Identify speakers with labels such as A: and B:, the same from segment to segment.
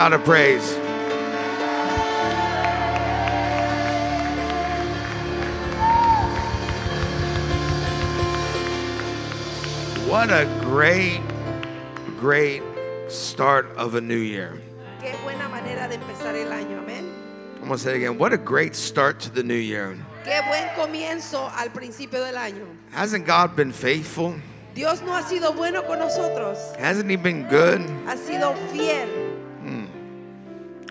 A: out of praise. What a great, great start of a new year.
B: Qué buena manera de empezar el año, amén.
A: I'm gonna say it again. What a great start to the new year.
B: Qué buen comienzo al principio del año.
A: Hasn't God been faithful?
B: Dios no ha sido bueno con nosotros,
A: Hasn't He been good?
B: ha sido fiel.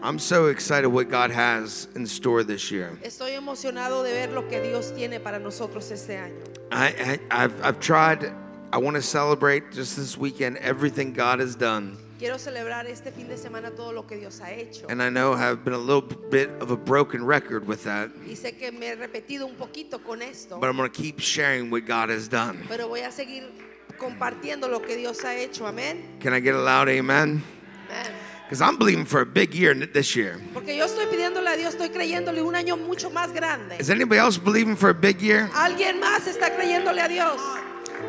A: I'm so excited what God has in store this year.
B: Estoy emocionado de ver lo que Dios tiene para nosotros este año.
A: I, I, I've, I've tried, I want to celebrate just this weekend everything God has done.
B: Quiero celebrar este fin de semana todo lo que Dios ha hecho.
A: And I know I've been a little bit of a broken record with that,
B: Y sé que me he repetido un poquito con esto,
A: but I'm going to keep sharing what God has done.
B: pero voy a seguir compartiendo lo que Dios ha hecho, amén.
A: Can I get a loud amen?
B: Amén.
A: Because I'm believing for a big year n- this year.
B: Porque yo estoy pidiéndole a Dios, estoy creyéndole un año mucho más grande.
A: Is anybody else believing for a big year?
B: Alguien más está creyéndole a Dios.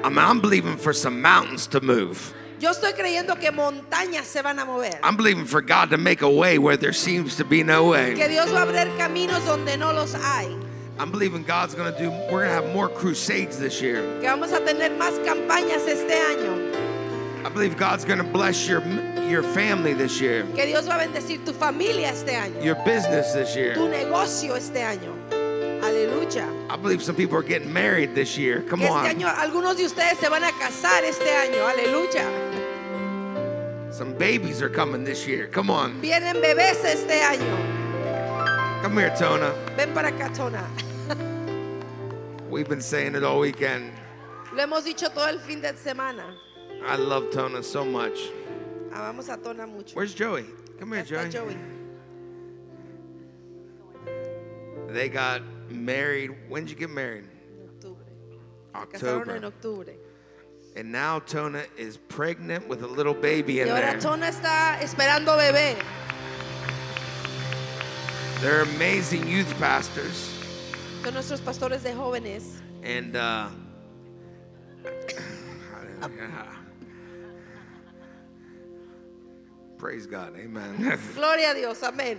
A: I'm, I'm believing for some mountains to move.
B: Yo estoy creyendo que montañas se van a mover.
A: I'm believing for God to make a way where there seems to be no
B: Que
A: way.
B: Dios va a abrir caminos donde no los hay.
A: I'm believing God's going to do, we're going to have more crusades this year.
B: Que vamos a tener más campañas este año.
A: I believe God's going to bless your your family this year,
B: Que Dios va a bendecir tu familia este año.
A: your business this
B: Tu
A: year.
B: negocio este año. Aleluya.
A: I believe some people are getting married this year. Come
B: Que este
A: on.
B: año algunos de ustedes se van a casar este año. Aleluya.
A: Some babies are coming this year. Come on.
B: Vienen bebés este año.
A: Come here, Tona.
B: Ven para acá, Tona.
A: We've been saying it all weekend.
B: Lo hemos dicho todo el fin de semana.
A: I love Tona so much.
B: Amamos a Tona mucho.
A: Where's Joey? Come here,
B: Está
A: Joey.
B: Joey.
A: They got married. When did you get married?
B: En octubre. Casaron en
A: October.
B: octubre.
A: And now Tona is pregnant with a little baby in
B: Y ahora
A: there.
B: Tona está esperando bebé.
A: They're amazing youth pastors.
B: Son nuestros pastores de jóvenes.
A: And uh, praise God, Amen.
B: Gloria a Dios, amén.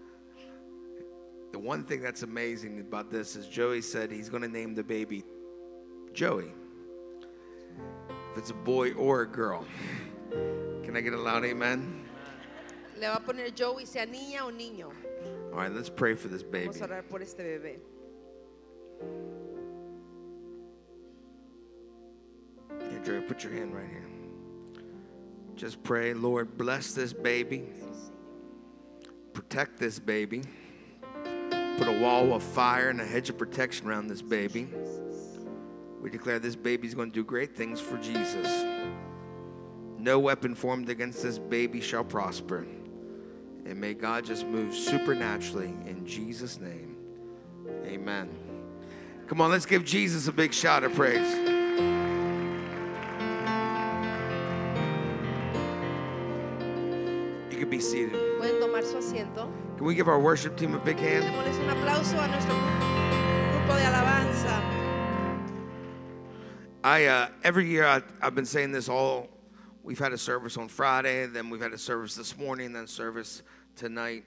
A: the one thing that's amazing about this is Joey said he's going to name the baby Joey. If it's a boy or a girl, can I get a loud amen?
B: Le va a poner Joey, sea niña o niño.
A: All right, let's pray for this baby.
B: Vamos a orar por este bebé.
A: Here, Joey, put your hand right here. Just pray, Lord, bless this baby. Protect this baby. Put a wall of fire and a hedge of protection around this baby. We declare this baby's going to do great things for Jesus. No weapon formed against this baby shall prosper. And may God just move supernaturally in Jesus' name. Amen. Come on, let's give Jesus a big shout of praise. You can be seated.
B: Pueden tomar su asiento.
A: Can we give our worship team a big hand?
B: Démosles un aplauso a nuestro grupo de alabanza.
A: I uh, every year I, I've been saying this all. We've had a service on Friday, then we've had a service this morning, then service tonight.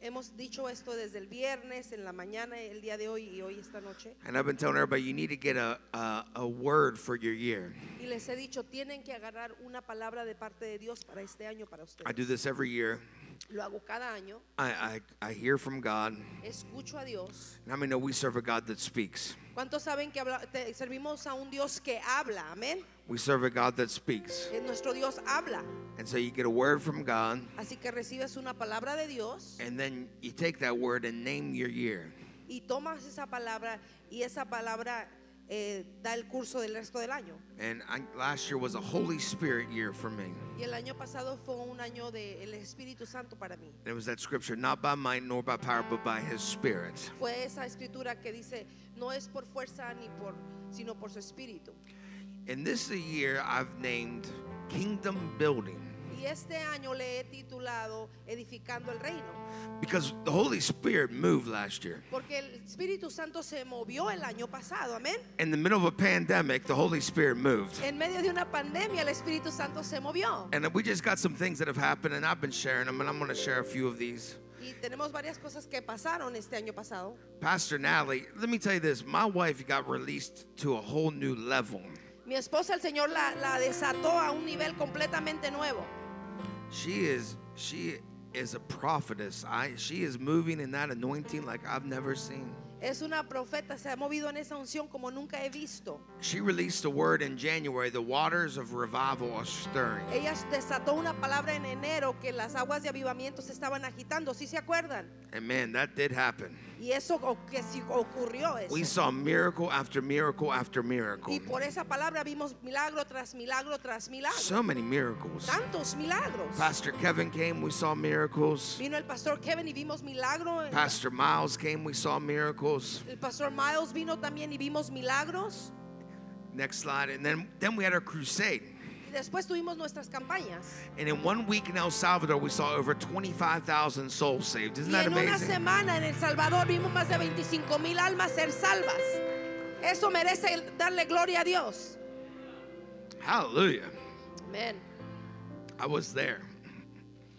B: Hemos dicho esto desde el viernes, en la mañana, el día de hoy y hoy esta noche.
A: And I've been telling everybody you need to get a a, a word for your year.
B: Y les he dicho, tienen que agarrar una palabra de parte de Dios para este año para
A: I
B: ustedes.
A: do this every year.
B: Lo hago cada año.
A: I I, I hear from God.
B: Escucho a Dios.
A: And how many know we serve a God that speaks?
B: ¿Cuántos saben que habla- te- servimos a un Dios que habla? Amén.
A: We serve a God that speaks.
B: Eh, Nuestro Dios habla.
A: And so you get a word from God,
B: Así que recibes una palabra de Dios
A: and then you take that word and name your year.
B: y tomas esa palabra y esa palabra eh, da el curso del resto del año.
A: And I, last year was a Holy Spirit year for me.
B: Y el año pasado fue un año del Espíritu Santo para mí.
A: And it was that scripture, not by might nor by power, but by his spirit.
B: Fue esa escritura que dice, no es por fuerza ni por, sino por su espíritu.
A: And this is a year I've named Kingdom Building.
B: Y este año le he titulado Edificando el Reino,
A: because the Holy Spirit moved last year.
B: porque el Espíritu Santo se movió el año pasado, amén.
A: In the middle of a pandemic, the Holy Spirit moved.
B: En medio de una pandemia el Espíritu Santo se movió.
A: And we just got some things that have happened, and I've been sharing them, and I'm going to share a few of these.
B: Y tenemos varias cosas que pasaron este año pasado.
A: Pastor Nally, let me tell you this my wife got released to a whole new level.
B: Mi esposa, el Señor la, la desató a un nivel completamente nuevo.
A: She is she is a prophetess. I she is moving in that anointing like I've never seen.
B: Es una profeta, se ha movido en esa unción como nunca he visto.
A: She released a word in January, the waters of revival are stirring.
B: Ella desató una palabra en enero que las aguas de avivamiento se estaban agitando, ¿sí se acuerdan?
A: And man, that did happen.
B: Y eso o- que sí ocurrió eso.
A: We saw miracle after miracle after miracle.
B: Y por esa palabra vimos milagro tras milagro tras milagro.
A: So many miracles.
B: Tantos milagros.
A: Pastor Kevin came, we saw miracles.
B: Vino el pastor Kevin y vimos milagro. en-
A: Pastor Miles came, we saw miracles.
B: El pastor Miles vino también y vimos milagros.
A: Next slide. And then then we had our crusade.
B: Y después tuvimos nuestras campañas.
A: And in one week in El Salvador, we saw over 25,000 souls saved. Isn't
B: Y
A: that
B: en una
A: amazing?
B: semana en El Salvador vimos más de 25 mil almas ser salvas. Eso merece el- darle gloria a Dios.
A: Hallelujah.
B: Amén.
A: I was there.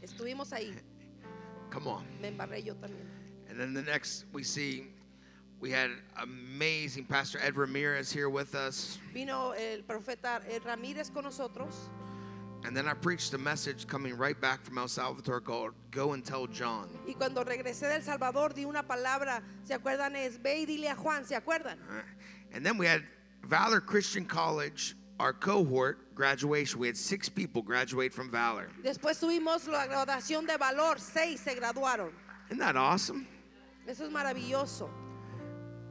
B: Estuvimos ahí.
A: Come on.
B: Me embarré yo también.
A: And then the next we see, we had amazing Pastor Ed Ramirez here with us.
B: Vino el profeta eh, Ramírez con nosotros.
A: And then I preached a message coming right back from El Salvador called Go and Tell John.
B: Y cuando regresé del Salvador di una palabra. ¿Se acuerdan? Es ve y dile a Juan. ¿Se acuerdan?
A: Alright. And then we had Valor Christian College, our cohort graduation. We had six people graduate from Valor.
B: Después tuvimos la graduación de valor. Seis se graduaron.
A: Isn't that awesome?
B: Eso es maravilloso.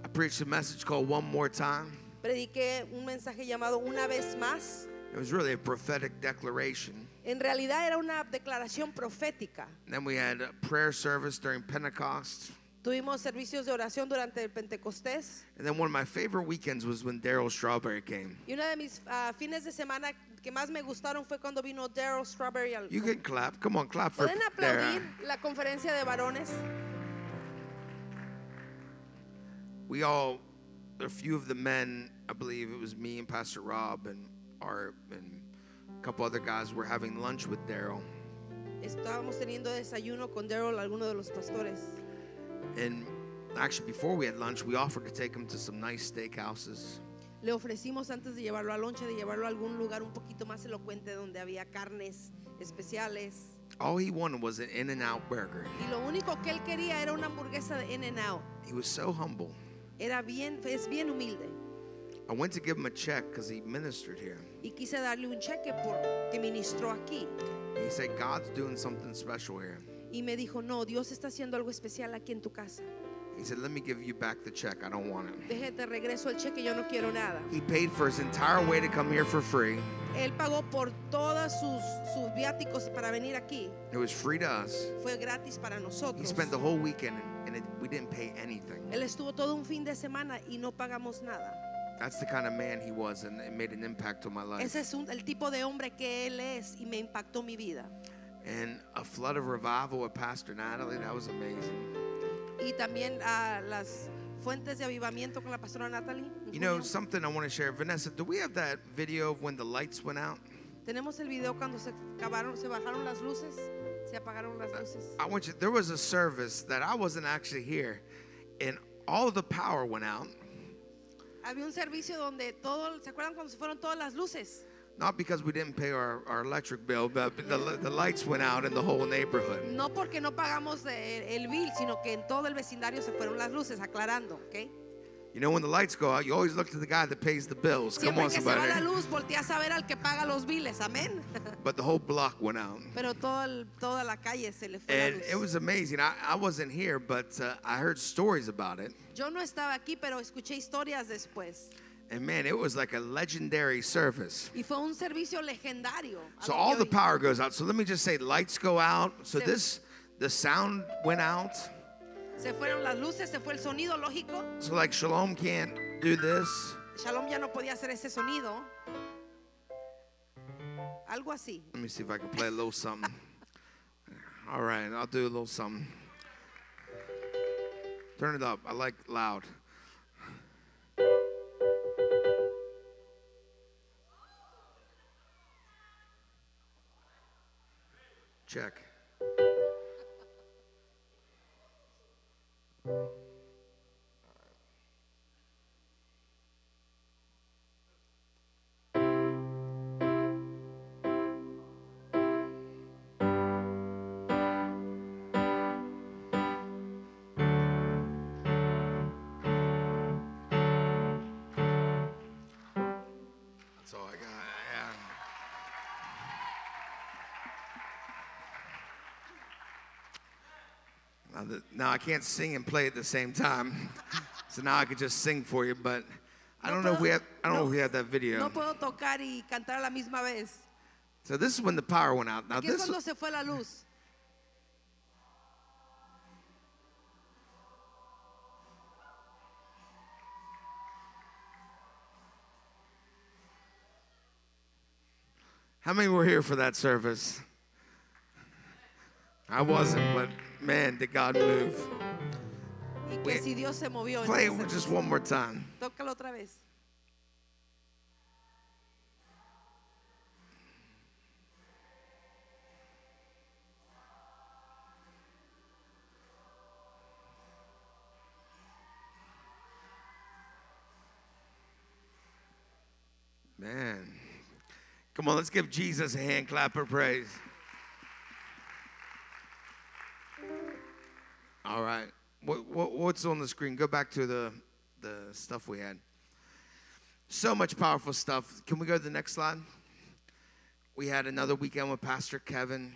A: I preached a message called One More Time.
B: Prediqué un mensaje llamado Una vez más.
A: It was really a prophetic declaration.
B: En realidad era una declaración profética.
A: And then we had a prayer service during Pentecost.
B: Tuvimos servicios de oración durante el Pentecostés
A: And then one of my favorite weekends was when Daryl Strawberry came.
B: y una de mis ah, fines de semana que más me gustaron fue cuando vino Daryl Strawberry. al-
A: You can clap. Come on, clap for
B: ¿Pueden
A: Daryl.
B: aplaudir la conferencia de varones?
A: We all, a few of the men, I believe it was me and Pastor Rob and Art and a couple other guys were having lunch with Daryl.
B: Estábamos teniendo desayuno con Daryl, alguno de los pastores.
A: And actually, before we had lunch, we offered to take him to some nice steakhouses.
B: Le ofrecimos antes de llevarlo a lonche, de llevarlo a algún lugar un poquito más elocuente donde había carnes especiales.
A: All he wanted was an In-N-Out burger.
B: Y lo único que él quería era una hamburguesa de In-N-Out.
A: He was so humble.
B: Era bien, es bien humilde.
A: I went to give him a check because he ministered here.
B: Y quise darle un cheque por que ministró aquí.
A: He said, God's doing something special here.
B: Y me dijo, no, Dios está haciendo algo especial aquí en tu casa.
A: He said, Let me give you back the check. I don't want it.
B: Déjate, regreso el cheque, yo no quiero nada.
A: He paid for his entire way to come here for free.
B: Él pagó por todos sus, sus viáticos para venir aquí.
A: It was free to us.
B: Fue gratis para
A: He
B: nosotros.
A: spent the whole weekend and it, we didn't pay anything.
B: Él estuvo todo un fin de semana y no pagamos nada.
A: That's the kind of man he was, and it made an impact on my
B: Ese
A: life.
B: es un- el tipo de hombre que él es y me impactó mi vida.
A: And a flood of revival with Pastor Natalie, that was amazing.
B: Y también a las fuentes de avivamiento con la pastora Natalie. en
A: You know,
B: junio.
A: something I want to share. Vanessa, do we have that video of when the lights went out?
B: Tenemos el video cuando se acabaron, se bajaron las luces, se apagaron las luces.
A: I want you, there was a service that I wasn't actually here, and all the power went out.
B: Había un servicio donde todo, ¿se acuerdan cuando se fueron todas las luces?
A: Not because we didn't pay our, our electric bill, but the, the lights went out in the whole neighborhood.
B: No porque no pagamos eh, el bill, sino que en todo el vecindario se fueron las luces, aclarando, ¿ok?
A: You know, when the lights go out, you always look to the guy that pays the bills. Come
B: Siempre
A: on,
B: que se va
A: somebody.
B: la luz, volteas a ver al que paga los biles, amén.
A: But the whole block went out.
B: Pero todo el- toda la calle se le fue
A: And
B: la
A: it
B: luz.
A: was amazing. I, I wasn't here, but uh, I heard stories about it.
B: Yo no estaba aquí, pero escuché historias después.
A: And man, it was like a legendary service.
B: Y fue un servicio legendario. a
A: So
B: lo que
A: all
B: yo
A: the
B: vi.
A: power goes out. So let me just say, lights go out. So
B: Se-
A: this, the sound went out.
B: Se fueron las luces, se fue el sonido, lógico.
A: So like Shalom can't do this.
B: Shalom ya no podía hacer ese sonido. Algo así.
A: Let me see if I can play a little something. All right, I'll do a little something. Turn it up. I like loud. Check. That's all I got. Yeah. Now, the, now I can't sing and play at the same time, so now I could just sing for you. But I don't know if we have. I don't know if we have that video.
B: No puedo tocar y cantar a la misma vez.
A: So this is when the power went out. Now
B: Aquí es
A: this.
B: cuando se fue la luz.
A: How many were here for that service? I wasn't, but man, did God move.
B: Y que
A: Wait.
B: si Dios se movió. en
A: Play
B: ese-
A: it just one more time.
B: Tócalo otra vez.
A: Man. Come on, let's give Jesus a hand clap of praise. All right. What, what, what's on the screen? Go back to the, the stuff we had. So much powerful stuff. Can we go to the next slide? We had another weekend with Pastor Kevin.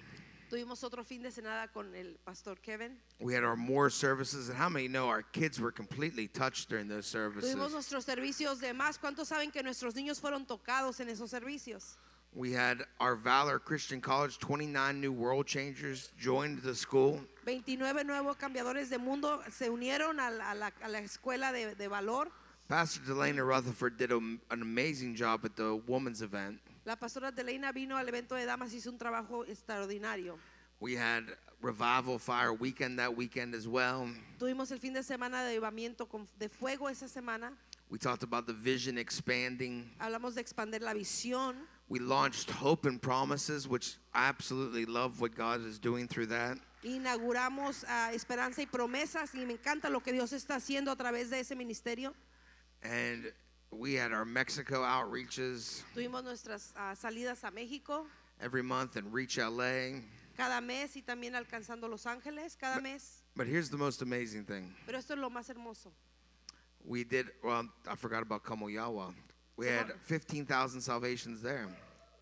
B: Tuvimos otro fin de semana con el pastor Kevin.
A: We had our more services. And how many know our kids were completely touched during those services?
B: Tuvimos nuestros servicios de más. ¿Cuántos saben que nuestros niños fueron tocados en esos servicios?
A: We had our Valor Christian College, 29 new world changers joined the school.
B: 29 nuevos cambiadores de mundo se unieron a la, a la- a la escuela de, de valor.
A: Pastor Delana Rutherford did a, an amazing job at the women's event.
B: La pastora Teleina vino al evento de damas, hizo un trabajo extraordinario.
A: We had Revival Fire Weekend that weekend as well.
B: Tuvimos el fin de semana de avivamiento con- de fuego esa semana.
A: We talked about the vision expanding.
B: Hablamos de expandir la visión.
A: We launched Hope and Promises, which I absolutely love what God is doing through that.
B: Inauguramos ah, Esperanza y Promesas y me encanta lo que Dios está haciendo a través de ese ministerio.
A: And we had our Mexico outreaches
B: Tuvimos nuestras ah, salidas a México
A: every month and Reach LA.
B: cada mes y también alcanzando Los Ángeles cada mes.
A: But here's the most amazing thing.
B: Pero esto es lo más hermoso.
A: We did, well, I forgot about Kamoyawa. We had 15,000 salvations there.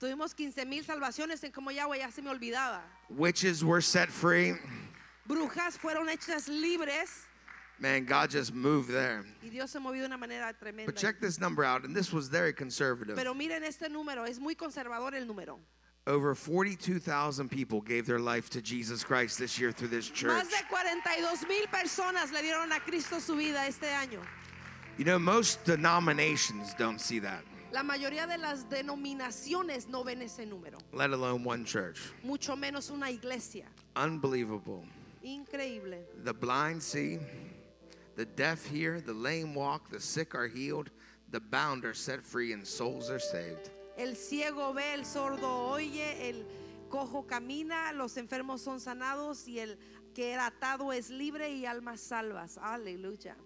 B: Tuvimos 15 mil salvaciones en Comoyagua, ya se me olvidaba.
A: Witches were set free.
B: Brujas fueron hechas libres
A: Man, God just moved there.
B: y Dios se movió de una manera tremenda.
A: But check this number out, and this was very conservative.
B: Pero miren este número, es muy conservador el número.
A: Over 42,000 people gave their life to Jesus Christ this year through this church.
B: Más de 42 mil personas le dieron a Cristo su vida este año.
A: You know, most denominations don't see that,
B: La mayoría de las denominaciones no ven ese número,
A: let alone one church.
B: mucho menos una iglesia.
A: Unbelievable.
B: Increíble.
A: The blind see, the deaf hear, the lame walk, the sick are healed, the bound are set free, and souls are saved.
B: El ciego ve, el sordo oye, el cojo camina, los enfermos son sanados y el que era atado es libre y almas salvas. Aleluya.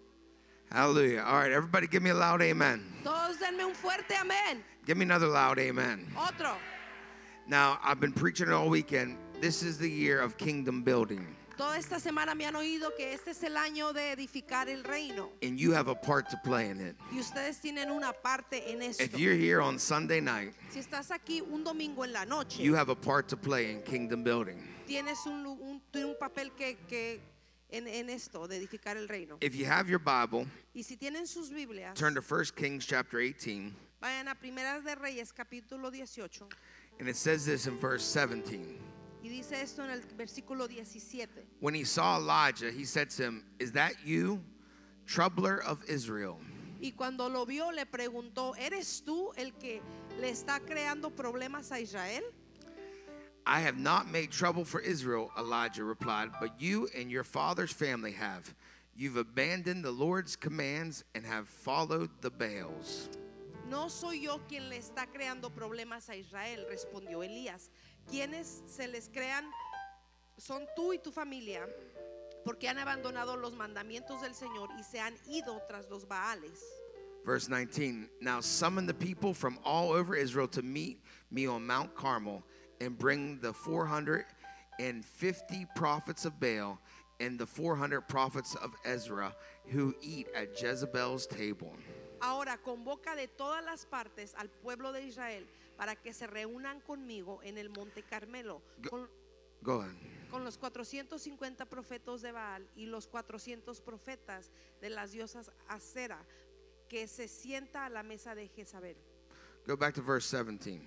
A: Hallelujah. All right, everybody give me a loud amen.
B: Todos denme un fuerte amén.
A: Give me another loud amen.
B: Otro.
A: Now, I've been preaching all weekend. This is the year of kingdom building,
B: Toda esta semana me han oído que este es el año de edificar el reino
A: and you have a part to play in it.
B: y ustedes tienen una parte en esto.
A: If you're here on Sunday night,
B: Si estás aquí un domingo en la noche,
A: you have a part to play in kingdom building.
B: tienes un, lu- un- tiene un papel que, que en, en esto de edificar el reino.
A: If you have your Bible,
B: Y si tienen sus Biblias,
A: turn to 1 Kings chapter 18,
B: Vayan a Primeras de Reyes capítulo 18
A: and it says this in verse 17.
B: y dice esto en el versículo 17.
A: When he saw Elijah, he said to him, Is that you, troubler of Israel?
B: Y cuando lo vio le preguntó, ¿eres tú el que le está creando problemas a Israel?
A: I have not made trouble for Israel, Elijah replied, but you and your father's family have. You've abandoned the Lord's commands and have followed the Baals.
B: No soy yo quien le está creando problemas a Israel, respondió Elías. Quienes se les crean son tú y tu familia, porque han abandonado los mandamientos del Señor y se han ido tras los Baales.
A: Verse 19 Now summon the people from all over Israel to meet me on Mount Carmel and bring the 450 prophets of Baal and the 400 prophets of Ezra who eat at Jezebel's table.
B: Ahora convoca de todas las partes al pueblo de Israel para que se reúnan conmigo en el monte Carmelo con,
A: Go ahead.
B: con los 450 profetas de Baal y los 400 profetas de las diosas Acera que se sienta a la mesa de Jezabel.
A: Go back to verse 17.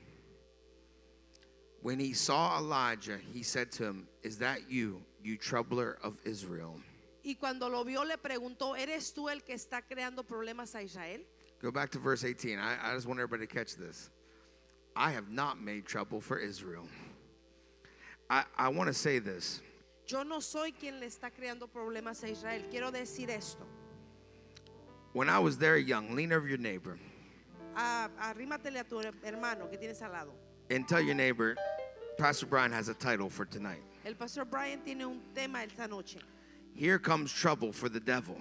A: When he saw Elijah, he said to him, Is that you, you troubler of Israel?
B: Y cuando lo vio le preguntó, ¿eres tú el que está creando problemas a Israel?
A: Go back to verse 18. I, I just want everybody to catch this. I have not made trouble for Israel. I, I want to say this.
B: Yo no soy quien le está creando problemas a Israel. Quiero decir esto.
A: When I was there young, lean over your neighbor
B: Ah, arrímatele a tu her- hermano que tienes al lado.
A: and tell your neighbor, Pastor Brian has a title for tonight.
B: El pastor Brian tiene un tema esta noche.
A: Here comes trouble for the devil.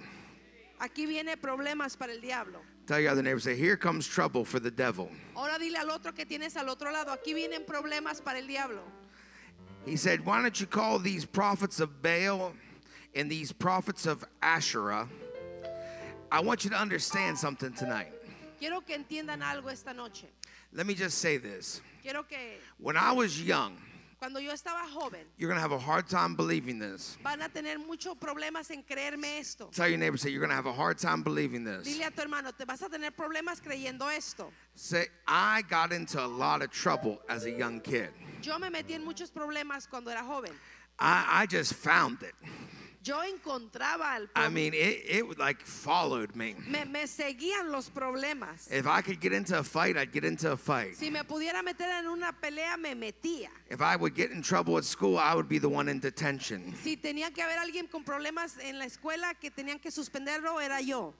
B: Aquí viene problemas para el diablo.
A: Tell your other neighbor, say, Here comes trouble for the devil.
B: Ahora dile al otro que tienes al otro lado, aquí vienen problemas para el diablo.
A: He said, Why don't you call these prophets of Baal and these prophets of Asherah? I want you to understand something tonight.
B: Quiero que entiendan algo esta noche.
A: Let me just say this.
B: Quiero que
A: When I was young,
B: cuando yo estaba joven,
A: you're going to have a hard time believing this.
B: van a tener muchos problemas en creerme esto.
A: Tell your neighbor, say, You're going to have a hard time believing this.
B: Dile a tu hermano, te vas a tener problemas creyendo esto.
A: Say, I got into a lot of trouble as a young kid.
B: Yo me metí en muchos problemas cuando era joven.
A: I, I just found it.
B: Yo encontraba al
A: I
B: pro-
A: mean, it, it like followed me.
B: me, me seguían los problemas.
A: If I could get into a fight, I'd get into a fight.
B: Si me pudiera meter en una pelea, me metía.
A: If I would get in trouble at school, I would be the one in detention.
B: Si tenía que haber alguien con problemas en la escuela que tenían que suspenderlo, era yo.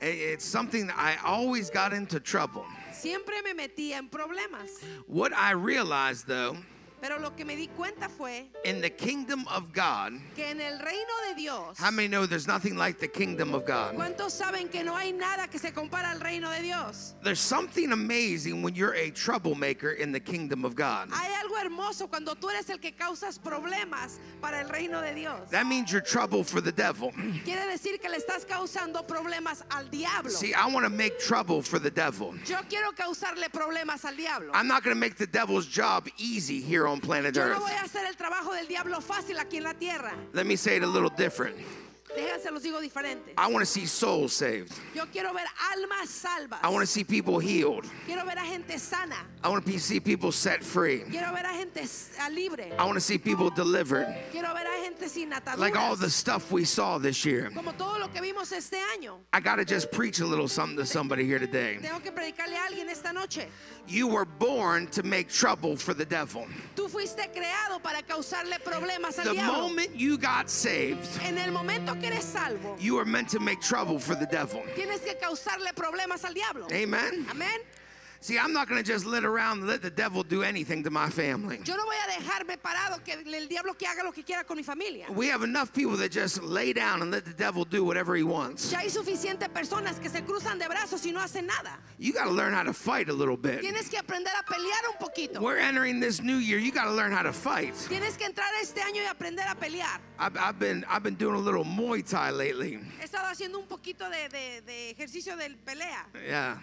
A: I- It's something that I always got into trouble.
B: Siempre me metía en problemas.
A: What I realized though,
B: Pero lo que me di cuenta fue
A: in the kingdom of God,
B: que en el reino de Dios,
A: how many know there's nothing like the kingdom of God?
B: ¿cuántos saben que no hay nada que se compara al reino de Dios?
A: There's something amazing when you're a troublemaker in the kingdom of God.
B: Hay algo hermoso cuando tú eres el que causas problemas para el reino de Dios.
A: That means you're trouble for the devil.
B: Quiere decir que le estás causando problemas al diablo.
A: See, I want to make trouble for the devil.
B: Yo quiero causarle problemas al diablo.
A: I'm not going to make the devil's job easy here on planet
B: Yo no
A: Earth.
B: voy a hacer el trabajo del diablo fácil aquí en la tierra.
A: Let me say it a little different.
B: Déjense, los digo diferente.
A: I want to see souls saved.
B: Yo quiero ver almas salvas.
A: I want to see people healed.
B: Quiero ver a gente sana.
A: I want to see people set free.
B: Quiero ver a gente s- a libre.
A: I want to see people delivered.
B: Quiero ver a gente sin ataduras.
A: Ah. Like all the stuff we saw this year.
B: Como todo lo que vimos este año.
A: I got to just preach a little something to somebody here today.
B: Tengo que predicarle a alguien esta noche.
A: You were born to make trouble for the devil.
B: Tú fuiste creado para causarle problemas al
A: The
B: diablo.
A: moment you got saved,
B: en el momento que eres salvo,
A: you were meant to make trouble for the devil.
B: tienes que causarle problemas al diablo.
A: Amen?
B: Amén.
A: See, I'm not going to just let around and let the devil do anything to my family.
B: Yo no voy a dejarme parado que el diablo que haga lo que quiera con mi familia.
A: We have enough people that just lay down and let the devil do whatever he wants.
B: Ya hay suficientes personas que se cruzan de brazos y no hacen nada.
A: You got to learn how to fight a little bit.
B: Tienes que aprender a pelear un poquito.
A: We're entering this new year. You got to learn how to fight.
B: Tienes que entrar este año y aprender a pelear.
A: I've, I've been I've been doing a little Muay Thai lately.
B: He estado haciendo un poquito de, de- de ejercicio de pelea.
A: Yeah.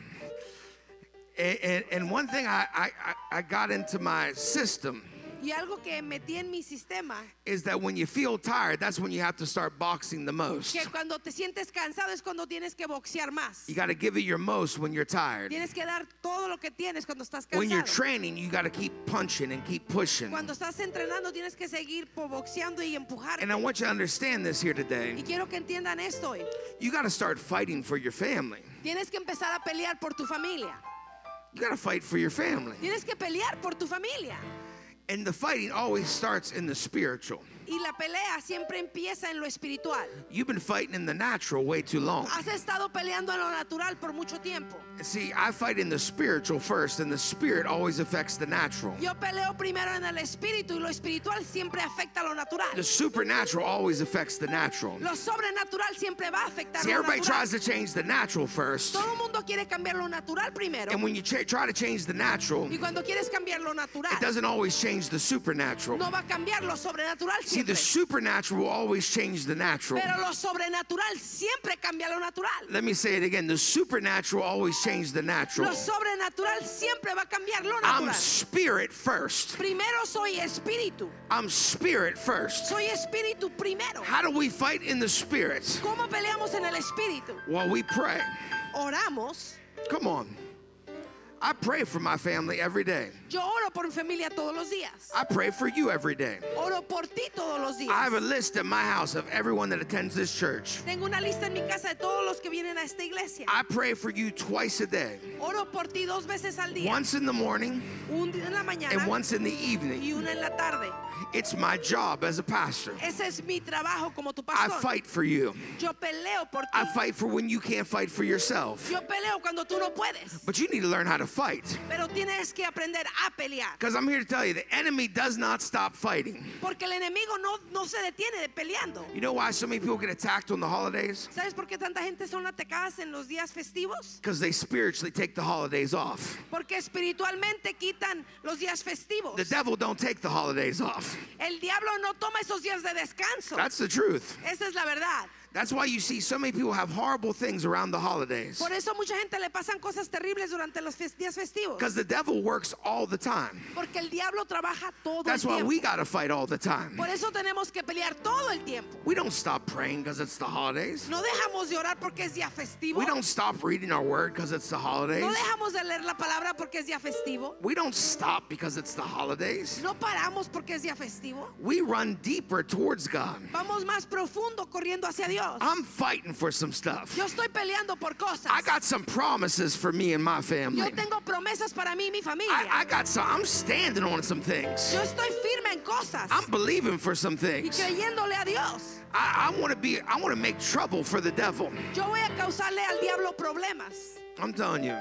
A: And, and, and one thing I, I, I- I got into my system
B: Y algo que metí en mi sistema,
A: is that when you feel tired, that's when you have to start boxing the most.
B: que cuando te sientes cansado es cuando tienes que boxear más.
A: You got to give it your most when you're tired.
B: Tienes que dar todo lo que tienes cuando estás
A: When you're
B: cansado.
A: training, you got to keep punching and keep pushing.
B: Cuando estás entrenando tienes que seguir po- boxeando y empujar.
A: And I want you to understand this here
B: Y
A: today.
B: quiero que entiendan esto eh. hoy.
A: You got to start fighting for your family.
B: Tienes que empezar a pelear por tu familia.
A: You got to fight for your family.
B: Tienes que pelear por tu familia.
A: And the fighting always starts in the spiritual.
B: Y la pelea siempre empieza en lo espiritual.
A: You've been fighting in the natural way too long.
B: Has estado peleando en lo natural por mucho tiempo.
A: See, I fight in the spiritual first, and the spirit always affects the natural.
B: Yo peleo primero en el espíritu y lo espiritual siempre afecta a lo
A: The
B: natural.
A: supernatural always affects the natural.
B: Lo sobrenatural siempre va a afectar
A: See,
B: lo
A: everybody
B: natural.
A: tries to change the natural first,
B: Todo el mundo quiere cambiar lo natural primero.
A: and when you cha- try to change the natural,
B: Y
A: it
B: cuando quieres cambiar lo natural,
A: doesn't always change the supernatural.
B: no va a cambiar lo sobrenatural
A: See, the
B: siempre.
A: supernatural will always change the natural.
B: Pero lo sobrenatural siempre cambia lo natural.
A: Let me say it again the supernatural always changes the natural.
B: Lo sobrenatural siempre va a cambiar lo
A: I'm
B: natural.
A: spirit first.
B: Primero soy espíritu.
A: I'm spirit first.
B: Soy espíritu primero.
A: How do we fight in the spirit?
B: ¿Cómo peleamos en el espíritu?
A: Well, we pray.
B: Oramos.
A: Come on. I pray for my family every day.
B: Yo oro por mi familia todos los días.
A: I pray for you every day.
B: Oro por ti todos los
A: I
B: días.
A: have a list at my house of everyone that attends this church.
B: Tengo una lista en mi casa de todos los que vienen a esta iglesia.
A: I pray for you twice a day
B: Oro por ti dos veces al día.
A: once in the morning
B: Un día en la
A: and
B: mañana
A: once in the evening.
B: y una en la tarde.
A: It's my job as a pastor.
B: Ese es mi trabajo como tu
A: I
B: pastor.
A: fight for you.
B: Yo peleo por ti.
A: I fight for when you can't fight for yourself.
B: Yo peleo cuando tú no puedes.
A: But you need to learn how to fight.
B: Pero tienes que aprender a pelear.
A: Because I'm here to tell you the enemy does not stop fighting.
B: Porque el enemigo no, no se detiene de peleando.
A: You know why so many people get attacked on the holidays?
B: ¿Sabes por qué tanta gente son atacadas en los días festivos?
A: Because they spiritually take the holidays off.
B: Porque espiritualmente quitan los días festivos.
A: The devil don't take the holidays off.
B: El diablo no toma esos días de descanso.
A: That's the truth.
B: Esa es la verdad.
A: That's why you see so many people have horrible things around the holidays.
B: Por eso mucha gente le pasan cosas terribles durante los fes- días festivos.
A: Because the devil works all the time.
B: Porque el diablo trabaja todo el
A: That's why
B: tiempo.
A: we got to fight all the time.
B: Por eso tenemos que pelear todo el tiempo.
A: We don't stop praying because it's the holidays.
B: No dejamos de orar porque es día festivo.
A: We don't stop reading our word because it's the
B: No
A: holidays.
B: dejamos de leer la palabra porque es día festivo.
A: We don't stop because it's the holidays.
B: No paramos porque es día festivo.
A: We run deeper towards God.
B: Vamos más profundo corriendo hacia Dios.
A: I'm fighting for some stuff.
B: Yo estoy peleando por cosas.
A: I got some promises for me and my family.
B: Yo tengo promesas para mí y mi
A: I,
B: familia.
A: I got some, I'm standing on some things.
B: Yo estoy firme en cosas
A: I'm believing for some
B: y
A: things.
B: creyéndole a Dios.
A: I, I want to be, I want to make trouble for the devil.
B: Yo voy a causarle al diablo problemas.
A: I'm telling you.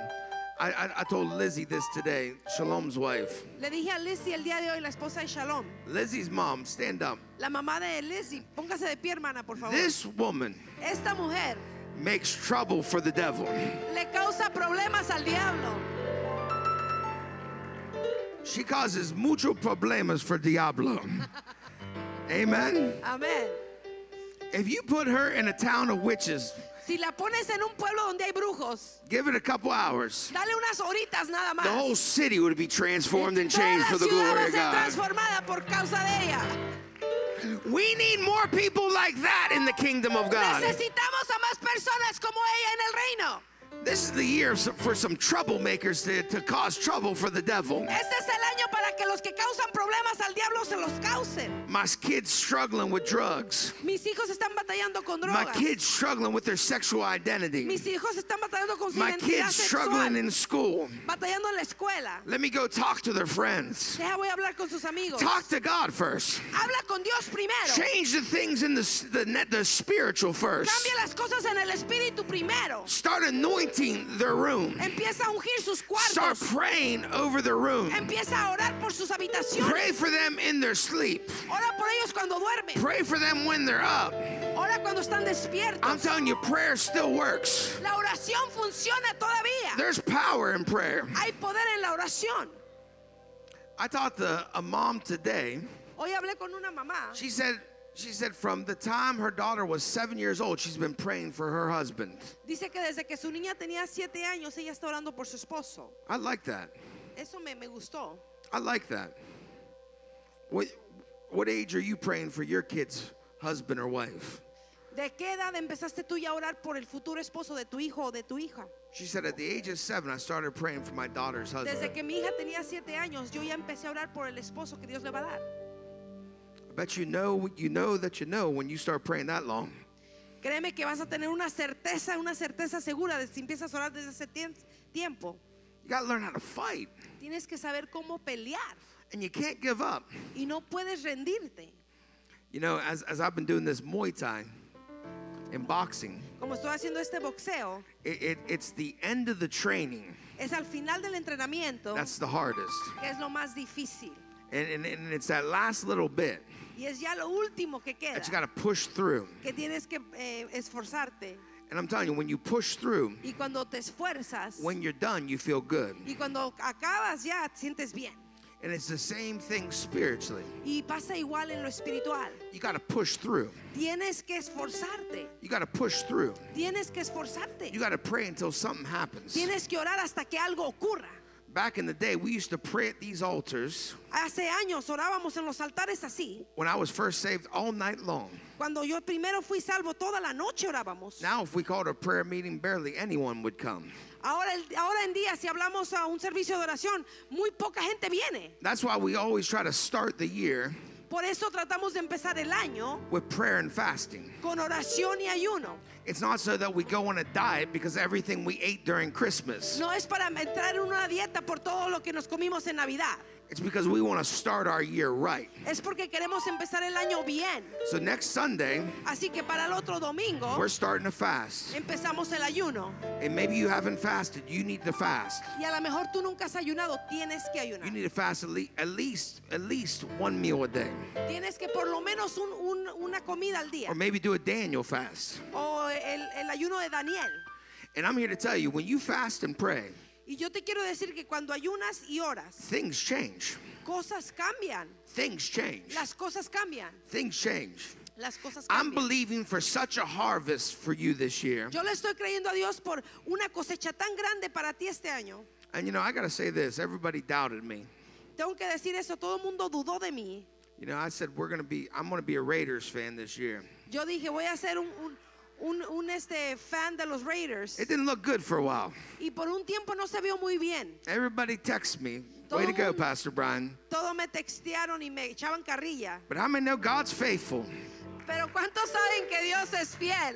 A: I, I, I told Lizzie this today, Shalom's wife.
B: Le dije a Lizzie el día de hoy, la esposa de Shalom,
A: Lizzie's mom, stand up.
B: la mamá de Lizzie, póngase de pie, hermana, por favor.
A: This woman
B: Esta mujer
A: makes trouble for the devil.
B: le causa problemas al diablo.
A: She causes mucho problemas for Diablo. Amen.
B: Amén.
A: If you put her in a town of witches,
B: Si la pones en un pueblo donde hay brujos,
A: give it a couple hours,
B: dale unas horitas nada más.
A: the whole city would be transformed and
B: Toda
A: changed
B: la
A: for the
B: ciudad va
A: glory
B: a
A: of
B: ser
A: God.
B: transformada por causa de ella.
A: We need more people like that in the kingdom of God.
B: Necesitamos a más personas como ella en el reino.
A: This is the year so- for some troublemakers to, to cause trouble for the devil.
B: Este es el año para que los que causan problemas al diablo se los causen.
A: My kids struggling with drugs.
B: Mis hijos están batallando con
A: My
B: drogas.
A: kids struggling with their sexual identity.
B: Mis hijos están batallando con su
A: My
B: identidad
A: kids struggling
B: sexual.
A: in school.
B: Batallando en la escuela.
A: Let me go talk to their friends.
B: Deja voy a hablar con sus amigos.
A: Talk to God first.
B: Habla con Dios primero.
A: Change the things in the s- the, net, the spiritual first.
B: Cambia las cosas en el espíritu primero.
A: Start anointing their room.
B: Empieza a ungir sus
A: Start
B: cuartos.
A: praying over their room.
B: Empieza a orar por sus habitaciones.
A: Pray for them in their sleep.
B: Ora por ellos cuando duermen.
A: Pray for them when they're up.
B: Ora cuando están
A: I'm
B: despiertos.
A: telling you, prayer still works.
B: La oración funciona todavía.
A: There's power in prayer.
B: Hay poder en la oración.
A: I talked to a mom today.
B: Hoy hablé con una mamá.
A: She said, she said from the time her daughter was seven years old, she's been praying for her husband.
B: Dice que desde que su niña tenía siete años, ella está orando por su esposo.
A: I like that.
B: Eso me, me gustó.
A: I like that. What, what age are you praying for your kid's husband or wife?
B: ¿De qué edad empezaste tú ya a orar por el futuro esposo de tu hijo o de tu hija?
A: She said, at the age of seven, I started praying for my daughter's
B: Desde
A: husband.
B: que mi hija tenía siete años, yo ya empecé a orar por el esposo que Dios le va a dar.
A: I bet you know, you know that you know when you start praying that long.
B: Créeme que vas a tener una certeza, una certeza segura de si empiezas a orar desde ese tiem- tiempo.
A: You got to learn how to fight,
B: Tienes que saber cómo pelear
A: and you can't give up.
B: y no puedes rendirte.
A: You know, as, as I've been doing this Muay Thai and boxing,
B: Como estoy haciendo este boxeo,
A: it, it, it's the end of the training
B: es al final del entrenamiento
A: that's the hardest.
B: que es lo más difícil.
A: And, and, and it's that last little bit
B: Y es ya lo último que
A: that you
B: queda,
A: got to push through.
B: que tienes que eh, esforzarte.
A: And I'm telling you, when you push through,
B: Y cuando te esfuerzas
A: when you're done, you feel good.
B: y cuando acabas ya te sientes bien.
A: And it's the same thing spiritually.
B: Y pasa igual en lo espiritual.
A: You got to push through.
B: Tienes que esforzarte,
A: You got to push through.
B: tienes que esforzarte,
A: You got to pray until something happens.
B: tienes que orar hasta que algo ocurra.
A: Back in the day, we used to pray at these altars
B: Hace años orábamos en los altares así.
A: when I was first saved all night long.
B: Cuando yo primero fui salvo, toda la noche orábamos.
A: Now, if we called a prayer meeting, barely anyone would come.
B: Ahora, el- ahora en día, si hablamos a un servicio de oración, muy poca gente viene.
A: That's why we always try to start the year
B: Por eso tratamos de empezar el año
A: with prayer and fasting.
B: con oración y ayuno.
A: It's not so that we go on a diet because everything we ate during Christmas.
B: No es para entrar en una dieta por todo lo que nos comimos en Navidad.
A: It's because we want to start our year right.
B: Es porque queremos empezar el año bien.
A: So next Sunday,
B: Así que para el otro domingo
A: we're starting a fast.
B: empezamos el ayuno.
A: And maybe you haven't fasted. You need to fast.
B: Y a lo mejor tú nunca has ayunado, tienes que ayunar.
A: You need to fast at least at least, at least one meal a day.
B: Tienes que por lo menos un- un- una comida al día.
A: Or maybe do a Daniel fast.
B: O el, el ayuno de Daniel.
A: And I'm here to tell you, when you fast and pray,
B: Y yo te quiero decir que cuando ayunas y oras,
A: things change.
B: cosas cambian.
A: Things change.
B: Las cosas cambian.
A: Things change.
B: Las cosas
A: I'm
B: cambian.
A: believing for such a harvest for you this year.
B: Yo le estoy creyendo a Dios por una cosecha tan grande para ti este año.
A: And you know, I got to say this everybody doubted me.
B: Tengo que decir eso, todo el mundo dudó de mí.
A: You know, I said, we're going to be, I'm going to be a Raiders fan this year.
B: Yo dije, voy a ser un, un- un- un, este, fan de los Raiders.
A: It didn't look good for a while.
B: Y por un tiempo no se vio muy bien.
A: Everybody texted me, way to go, Pastor Brian.
B: Todo me textearon y me echaban carrilla.
A: But how many know God's faithful?
B: Pero ¿cuántos saben que Dios es fiel?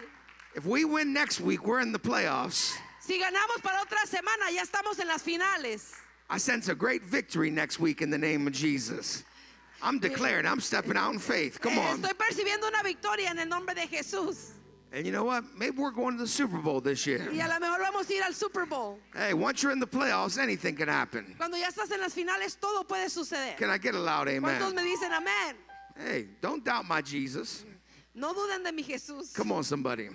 A: If we win next week, we're in the playoffs.
B: Si ganamos para otra semana, ya estamos en las finales.
A: I sense a great victory next week in the name of Jesus. I'm declaring, I'm stepping out in faith. Come
B: Eh,
A: on.
B: Estoy percibiendo una victoria en el nombre de Jesús.
A: And you know what? Maybe we're going to the Super Bowl this
B: Y a
A: year.
B: lo mejor vamos a ir al Super Bowl.
A: Hey, once you're in the playoffs, anything can happen.
B: Cuando ya estás en las finales, todo puede suceder.
A: Can I get a loud
B: ¿Cuántos me
A: amen?
B: dicen amén?
A: Hey, don't doubt my Jesus.
B: No duden de mi Jesús.
A: Come on, somebody.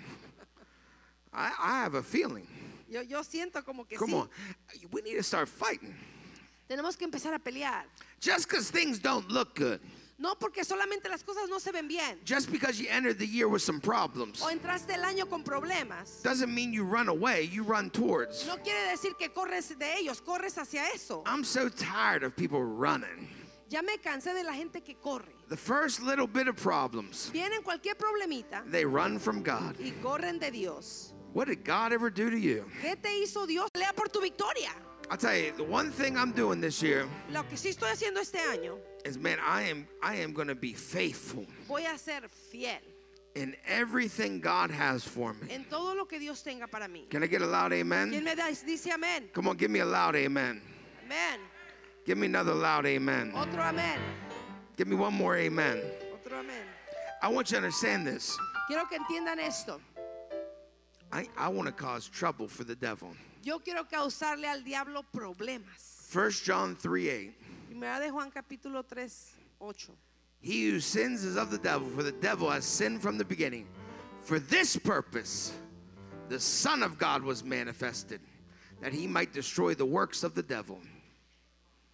A: I, I have a feeling.
B: Yo, yo siento como que
A: Come
B: sí.
A: on. We need to start fighting.
B: Tenemos que empezar a pelear.
A: Just because things don't look good,
B: No porque solamente las cosas no se ven bien.
A: just because you entered the year with some problems,
B: O entraste el año con problemas.
A: doesn't mean you run away, you run towards.
B: No quiere decir que corres de ellos, corres hacia eso.
A: I'm so tired of people running.
B: Ya me cansé de la gente que corre.
A: The first little bit of problems,
B: Vienen cualquier problemita
A: they run from God.
B: y corren de Dios.
A: What did God ever do to you?
B: ¿Qué te hizo Dios? Lea por tu victoria.
A: I'll tell you, the one thing I'm doing this year
B: Lo que sí estoy haciendo este año,
A: is man, I am I am gonna be faithful
B: voy a ser fiel
A: in everything God has for me.
B: en todo lo que Dios tenga para mí.
A: Can I get a loud
B: ¿Quién
A: amen?
B: me da- dice amén?
A: Come on, give me a loud amen.
B: Amén.
A: Give me another loud amen.
B: Otro amén.
A: Give me one more amen.
B: Otro amén.
A: I want you to understand this.
B: Quiero que entiendan esto.
A: I, I want to cause trouble for the devil.
B: Yo quiero causarle al diablo problemas.
A: 1 John 3 8.
B: Primera de Juan capítulo 3, 8.
A: He who sins is of the devil, for the devil has sinned from the beginning. For this purpose, the Son of God was manifested, that he might destroy the works of the devil.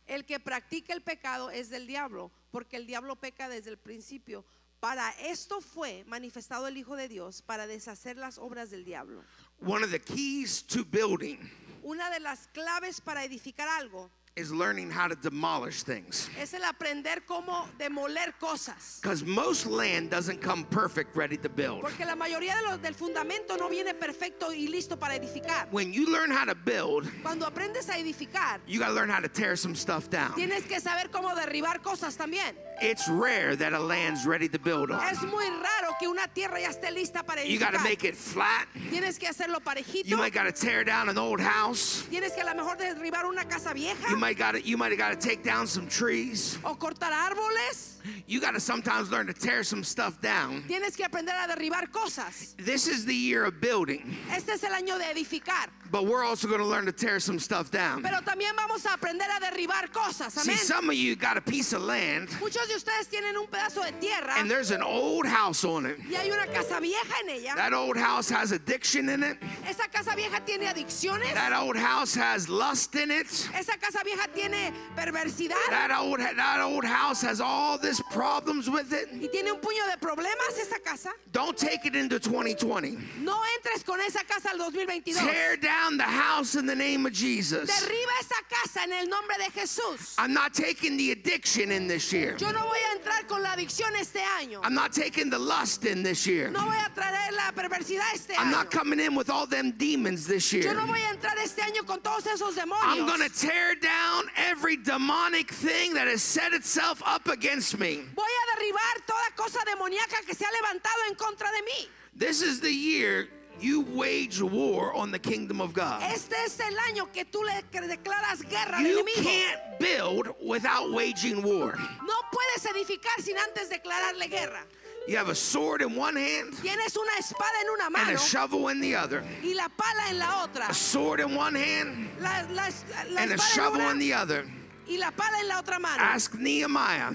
B: El que practica el pecado es del diablo, porque el diablo peca desde el principio. Para esto fue manifestado el Hijo de Dios, para deshacer las obras del diablo.
A: One of the keys to building
B: Una de las claves para edificar algo
A: is learning how to demolish things.
B: Es el aprender cómo demoler cosas.
A: Because most land doesn't come perfect, ready to build.
B: Porque la mayoría de los, del fundamento no viene perfecto y listo para edificar.
A: When you learn how to build,
B: Cuando aprendes a edificar,
A: you got to learn how to tear some stuff down.
B: tienes que saber cómo derribar cosas también.
A: It's rare that a land's ready to build on.
B: Es muy raro que una tierra ya esté lista para
A: You got to
B: edificar.
A: make it flat.
B: Tienes que
A: You
B: hacerlo parejito.
A: might got to tear down an old house.
B: Tienes que a lo mejor derribar una casa vieja
A: You might got to you might have got to take down some trees.
B: o cortar árboles.
A: You got to sometimes learn to tear some stuff down.
B: Tienes que aprender a derribar cosas.
A: This is the year of building,
B: Este es el año de edificar.
A: but we're also going to learn to tear some stuff down.
B: Pero también vamos a aprender a derribar cosas.
A: See,
B: Amén.
A: some of you got a piece of land
B: Muchos de ustedes tienen un pedazo de tierra
A: and there's an old house on it.
B: y hay una casa vieja en ella.
A: That old house has addiction in it.
B: Esa casa vieja tiene adicciones.
A: That old house has lust in it.
B: Esa casa vieja tiene perversidad
A: That old that old house has all this problems with it.
B: y tiene un puño de problemas esa casa.
A: Don't take it into 2020.
B: No entres con esa casa al 2022.
A: Tear down the house in the name of Jesus.
B: Derriba esa casa en el nombre de Jesús.
A: I'm not taking the addiction in this year.
B: Yo no voy a entrar con la adicción este año.
A: I'm not taking the lust in this year.
B: No voy a traer la perversidad este
A: I'm
B: año.
A: not coming in with all them demons this
B: Yo
A: year.
B: no voy a entrar este año con todos esos
A: I'm going to
B: demonios.
A: tear down every demonic thing that has set itself up against me.
B: Voy a derribar toda cosa demoníaca que se ha levantado en contra de mí.
A: This is the year you wage war on the kingdom of God.
B: Este es el año que tú le que declaras guerra al
A: You
B: enemigo.
A: can't build without waging war.
B: No puedes edificar sin antes declararle guerra.
A: You have a sword in one hand
B: Tienes una espada en una
A: and a
B: mano
A: shovel in the other.
B: y la pala en la otra.
A: A sword in one hand
B: La, la es- la
A: and a
B: espada
A: shovel
B: en
A: in
B: una
A: the other.
B: y la pala en la otra mano.
A: Ask Nehemiah.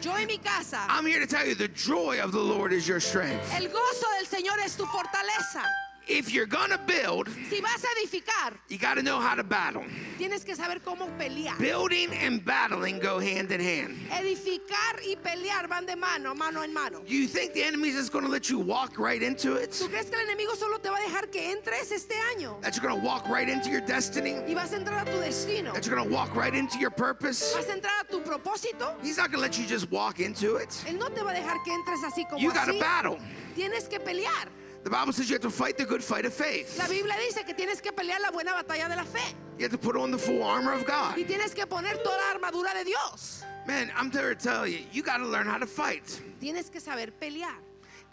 B: Yo en mi casa.
A: I'm here to tell you the joy of the Lord is your strength.
B: El gozo del Señor es tu fortaleza.
A: If you're going to build,
B: Si vas a edificar,
A: you got to know how to battle.
B: tienes que saber cómo pelear.
A: Building and battling go hand in hand.
B: Edificar y pelear van de mano, mano en mano.
A: Do you think the enemy is just going to let you walk right into it?
B: ¿Tú crees que el enemigo solo te va a dejar que entres este año
A: That you're going to walk right into your destiny?
B: y vas a entrar a tu destino?
A: That you're going to walk right into your purpose?
B: ¿Vas a entrar a tu propósito?
A: He's not going to let you just walk into it.
B: Él no te va a dejar que entres así como
A: You got to
B: así.
A: battle.
B: Tienes que pelear.
A: The Bible says you have to fight the good fight of faith.
B: La Biblia dice que tienes que pelear la buena batalla de la fe
A: You have to put on the full armor of God.
B: y tienes que poner toda la armadura de Dios.
A: Man, I'm there to tell you, you got to learn how to fight.
B: Tienes que saber pelear.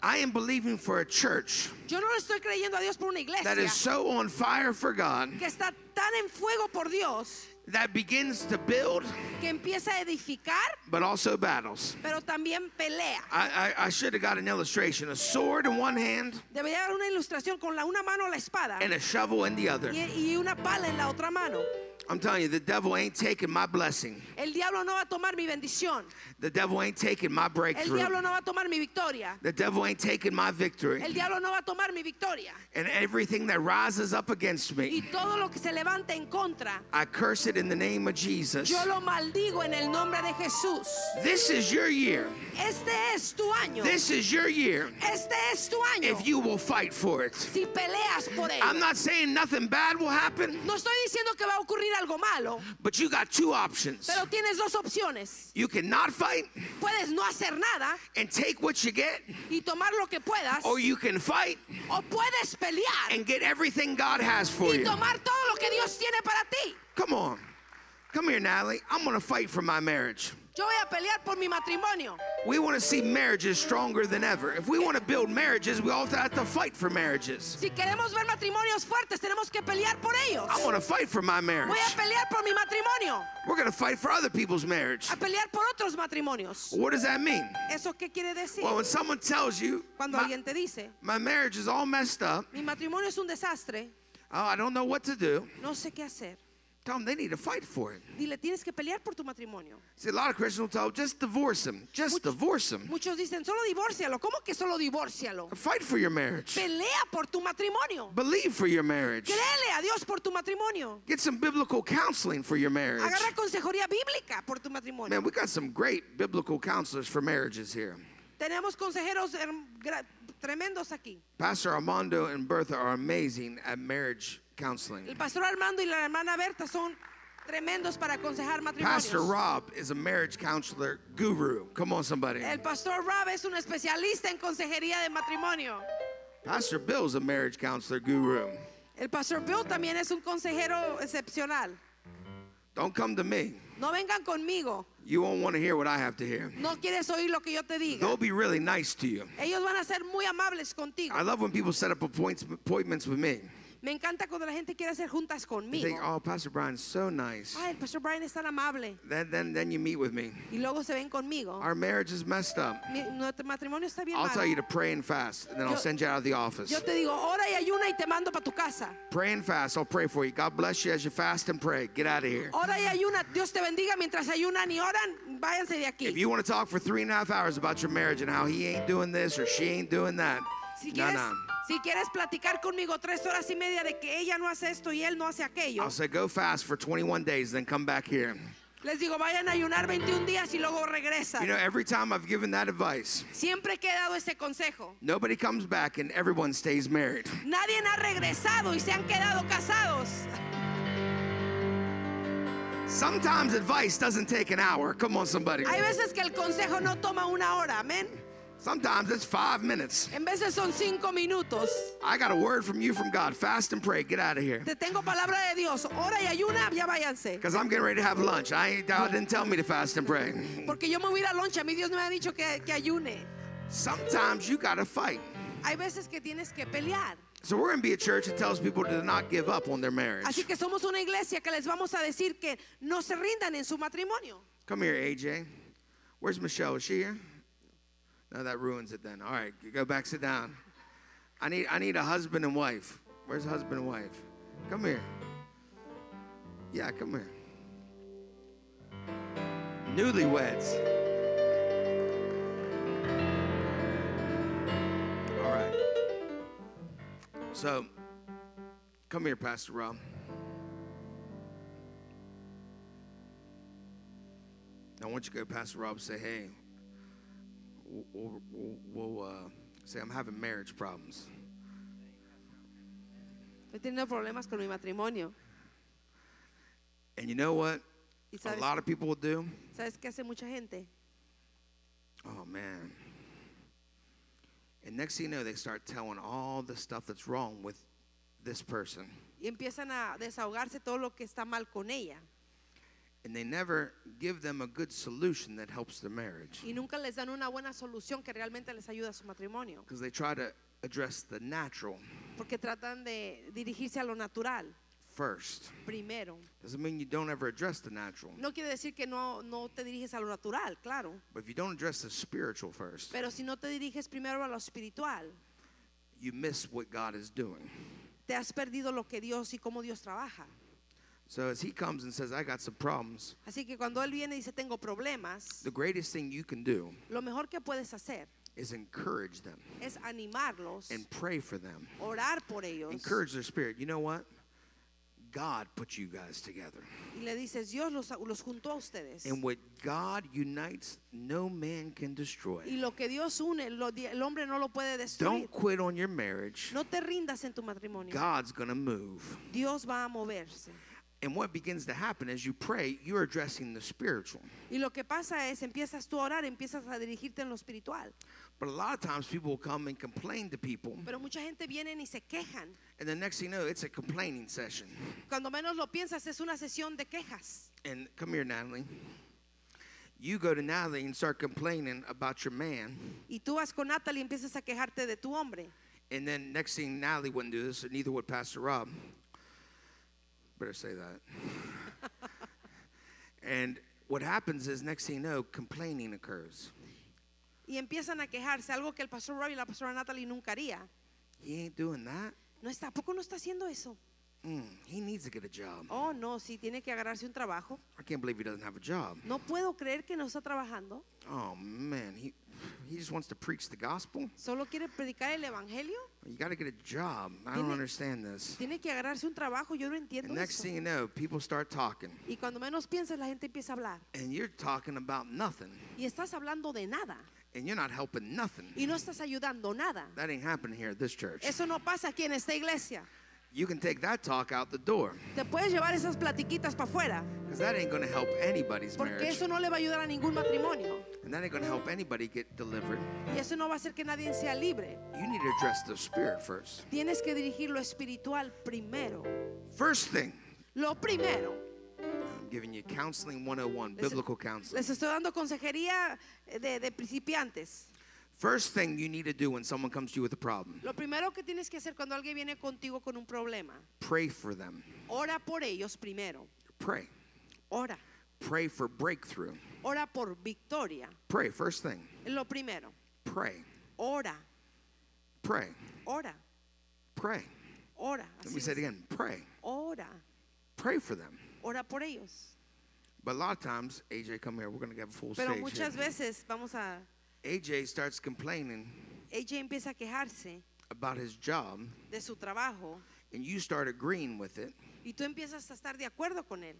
A: I am believing for a church
B: Yo no le estoy creyendo a Dios por una iglesia
A: that is so on fire for God
B: que está tan en fuego por Dios
A: that begins to build
B: que empieza a edificar,
A: but also battles.
B: pero también pelea.
A: I, I, I should have got an illustration a sword in one hand
B: Debería haber una ilustración con la una mano la espada
A: and a shovel in the other.
B: y, y una pala en la otra mano.
A: I'm telling you, the devil ain't taking my blessing.
B: El diablo no va a tomar mi bendición.
A: The devil ain't taking my
B: El
A: breakthrough.
B: diablo no va a tomar mi victoria.
A: The devil ain't taking my
B: El
A: victory.
B: diablo no va a tomar mi victoria.
A: And everything that rises up against
B: Y
A: me,
B: todo lo que se levante en contra,
A: I curse it in the name of Jesus.
B: yo lo maldigo en el nombre de Jesús.
A: This is your year.
B: Este es tu año.
A: This is your year.
B: Este es tu año.
A: If you will fight for it.
B: Si peleas por él.
A: I'm not saying nothing bad will happen,
B: No estoy diciendo que va a ocurrir algo malo,
A: but you got two options.
B: pero tienes dos opciones.
A: You cannot fight
B: Puedes no hacer nada
A: and take what you get,
B: y tomar lo que puedas,
A: or you can fight
B: o puedes pelear
A: and get everything God has for
B: y
A: you.
B: tomar todo lo que Dios tiene para ti.
A: Come on. Come here, Natalie. I'm going to fight for my marriage.
B: Yo voy a pelear por mi matrimonio.
A: We want to see marriages stronger than ever. If we want to build marriages, we also have to fight for marriages.
B: Si queremos ver matrimonios fuertes, tenemos que pelear por ellos.
A: I want to fight for my marriage.
B: Voy a pelear por mi matrimonio,
A: We're going to fight for other people's marriage.
B: a pelear por otros matrimonios.
A: What does that mean?
B: ¿Eso qué quiere decir?
A: Well, when someone tells you,
B: Cuando
A: my,
B: alguien te dice,
A: my marriage is all messed up,
B: mi matrimonio es un desastre,
A: oh, I don't know what to do,
B: no sé qué hacer.
A: tell them they need to fight for it.
B: Dile, tienes que pelear por tu matrimonio.
A: See, a lot of Christians will tell, just divorce him. Just divorce him.
B: Muchos dicen, solo divórcialo. ¿Cómo que solo divórcialo?
A: Fight for your marriage.
B: Pelea por tu matrimonio.
A: Believe for your marriage.
B: Créele a Dios por tu matrimonio.
A: Get some biblical counseling for your marriage.
B: Agarra consejería bíblica por tu matrimonio.
A: Man, we got some great biblical counselors for marriages here.
B: Tenemos consejeros herm- gra- tremendos aquí.
A: Pastor Armando and Bertha are amazing at marriage counseling.
B: El pastor Armando y la hermana Berta son tremendos para aconsejar matrimonios.
A: Pastor Rob is a marriage counselor guru. Come on, somebody.
B: El pastor Rob es un especialista en consejería de matrimonio.
A: Pastor Bill's a marriage counselor guru.
B: El pastor Bill también es un consejero excepcional.
A: Don't come to me.
B: No vengan conmigo.
A: You won't want to hear what I have to hear.
B: No quieres oír lo que yo te diga.
A: They'll be really nice to you.
B: Ellos van a ser muy amables contigo.
A: I love when people set up appoints- appointments with me.
B: Me encanta cuando la gente quiere hacer juntas
A: You think,
B: conmigo.
A: oh, Pastor Brian's so nice.
B: Ah, el pastor Brian es tan amable.
A: Then, then, then you meet with me.
B: Y luego se ven conmigo.
A: Our marriage is messed up.
B: Mi- Nuestro matrimonio está bien
A: I'll tell you
B: mal.
A: to pray and fast, and then I'll
B: Yo-
A: send you out of the office.
B: Yo te digo, ora y ayuna y te mando para tu casa.
A: Pray and fast. I'll pray for you. God bless you as you fast and pray. Get out of here.
B: Ora y ayuna. Dios te bendiga mientras ayunan y oran. Váyanse de
A: If
B: aquí.
A: you want to talk for three and a half hours about your marriage and how he ain't doing this or she ain't doing that,
B: Si
A: no,
B: quieres,
A: no.
B: si quieres platicar conmigo tres horas y media de que ella no hace esto y él no hace aquello,
A: I'll say go fast for 21 days, then come back here.
B: les digo, vayan a ayunar 21 días y luego
A: You know,
B: regresan.
A: every time I've given that advice,
B: Siempre que he dado ese consejo.
A: nobody comes back and everyone stays married.
B: Nadie ha regresado y se han quedado casados.
A: Sometimes advice doesn't take an hour. Come on, somebody.
B: Hay veces que el consejo no toma una hora, amén.
A: Sometimes it's five minutes.
B: En veces son cinco minutos.
A: I got a word from you from God. Fast and pray. Get out of here.
B: Te tengo palabra de Dios. Ora y ayuna, ya váyanse.
A: Because I'm getting ready to have lunch. I ain't, God didn't tell me to fast and pray.
B: Porque yo me voy a ir a loncha. A mí Dios no me ha dicho que, que ayune.
A: Sometimes you got to fight.
B: Hay veces que tienes que pelear.
A: So we're going to be a church that tells people to not give up on their
B: Así
A: marriage.
B: que somos una iglesia que les vamos a decir que no se rindan en su matrimonio.
A: Come here, AJ. Where's Michelle? Is she here? No, that ruins it then. All right, you go back, sit down. I need I need a husband and wife. Where's husband and wife? Come here. Yeah, come here. Newlyweds. All right. So, come here, Pastor Rob. I want you to go to Pastor Rob and say, hey, we'll, we'll- we'll, uh, say, I'm having marriage problems.
B: Estoy teniendo problemas con mi matrimonio.
A: And you know what?
B: ¿Y
A: A
B: sabes,
A: lot of people will do.
B: sabes qué hace mucha gente?
A: Oh, man. And next thing you know, they start telling all the stuff that's wrong with this person.
B: Y empiezan a desahogarse todo lo que está mal con ella.
A: And they never give them a good solution that helps their marriage.
B: Y nunca les dan una buena solución que realmente les ayuda a su matrimonio.
A: Because they try to address the natural
B: Porque tratan de dirigirse a lo natural
A: first.
B: primero.
A: Doesn't mean you don't ever address the natural.
B: No quiere decir que no, no te diriges a lo natural, claro.
A: But if you don't address the spiritual first,
B: Pero si no te diriges primero a lo espiritual,
A: you miss what God is doing.
B: te has perdido lo que Dios y cómo Dios trabaja.
A: So as he comes and says, I got some problems,
B: Así que cuando Él viene y dice, tengo problemas,
A: the greatest thing you can do
B: lo mejor que puedes hacer
A: is encourage them
B: es animarlos,
A: and pray for them.
B: orar por ellos.
A: Encourage their spirit. You know what? God put you guys together.
B: Y le dices, Dios los, los juntó a ustedes.
A: And what God unites, no man can
B: Y
A: destroy.
B: lo que Dios une, lo di- el hombre no lo puede destruir.
A: Don't quit on your marriage.
B: No te rindas en tu matrimonio.
A: God's going to move.
B: Dios va a moverse.
A: And what begins to happen as you pray, you're addressing the spiritual.
B: Y lo que pasa es, empiezas tú a orar, empiezas a dirigirte en lo espiritual.
A: But a lot of times people will come and complain to people.
B: Pero mucha gente viene y se quejan.
A: And the next thing you know, it's a complaining session.
B: Cuando menos lo piensas, es una sesión de quejas.
A: And come here, Natalie. You go to Natalie and start complaining about your man,
B: Y tú vas con Natalie y empiezas a quejarte de tu hombre.
A: and then next thing Natalie wouldn't do this, and neither would Pastor Rob. Better say that. and what happens is next thing you know, complaining occurs.
B: Y empiezan a quejarse, algo que el pastor Robbie y la pastora Natalie nunca haría.
A: He ain't doing that.
B: No está, ¿a poco no está haciendo eso?
A: Mm, he needs to get a job.
B: Oh, no, sí, tiene que agarrarse un trabajo.
A: I can't believe he doesn't have a job.
B: No puedo creer que no está trabajando.
A: Oh man, he he just wants to preach the gospel.
B: Solo quiere predicar el evangelio.
A: You got to get a job. I don't
B: Tiene-
A: understand this.
B: Tiene que agarrarse un trabajo. Yo no entiendo
A: And next
B: eso.
A: thing you know, people start talking,
B: Y cuando menos piensas, la gente empieza a hablar.
A: and you're talking about nothing,
B: Y estás hablando de nada.
A: and you're not helping nothing.
B: Y no estás ayudando nada.
A: That ain't happening here at this church.
B: Eso no pasa aquí en esta iglesia.
A: You can take that talk out the door
B: Te puedes llevar esas platiquitas para afuera,
A: because that ain't going to help anybody's
B: porque
A: marriage.
B: eso no le va a ayudar a ningún matrimonio.
A: And that ain't going to help anybody get delivered.
B: Y eso no va a hacer que nadie sea libre.
A: You need to address the spirit first.
B: Tienes que dirigir lo espiritual primero.
A: First thing,
B: Lo primero.
A: I'm giving you counseling 101,
B: Les-
A: biblical counseling.
B: Les estoy dando consejería eh, de, de principiantes.
A: First thing you need to do when someone comes to you with a problem,
B: Lo primero que tienes que hacer cuando alguien viene contigo con un problema,
A: pray for them.
B: ora por ellos primero.
A: Pray.
B: Ora.
A: Pray for breakthrough.
B: Ora por victoria.
A: Pray. First thing,
B: Es Lo primero.
A: pray.
B: Ora.
A: Pray.
B: Ora.
A: Pray.
B: Ora.
A: Let
B: Así
A: me say it
B: es.
A: again. Pray.
B: Ora.
A: Pray for them.
B: Ora por ellos.
A: But a lot of times, AJ, come here. We're gonna get a full
B: Pero
A: stage. here.
B: muchas veces vamos a
A: AJ starts complaining
B: ella empieza a quejarse
A: about his job,
B: de su trabajo
A: and you start agreeing with it.
B: y tú empiezas a estar de acuerdo con él.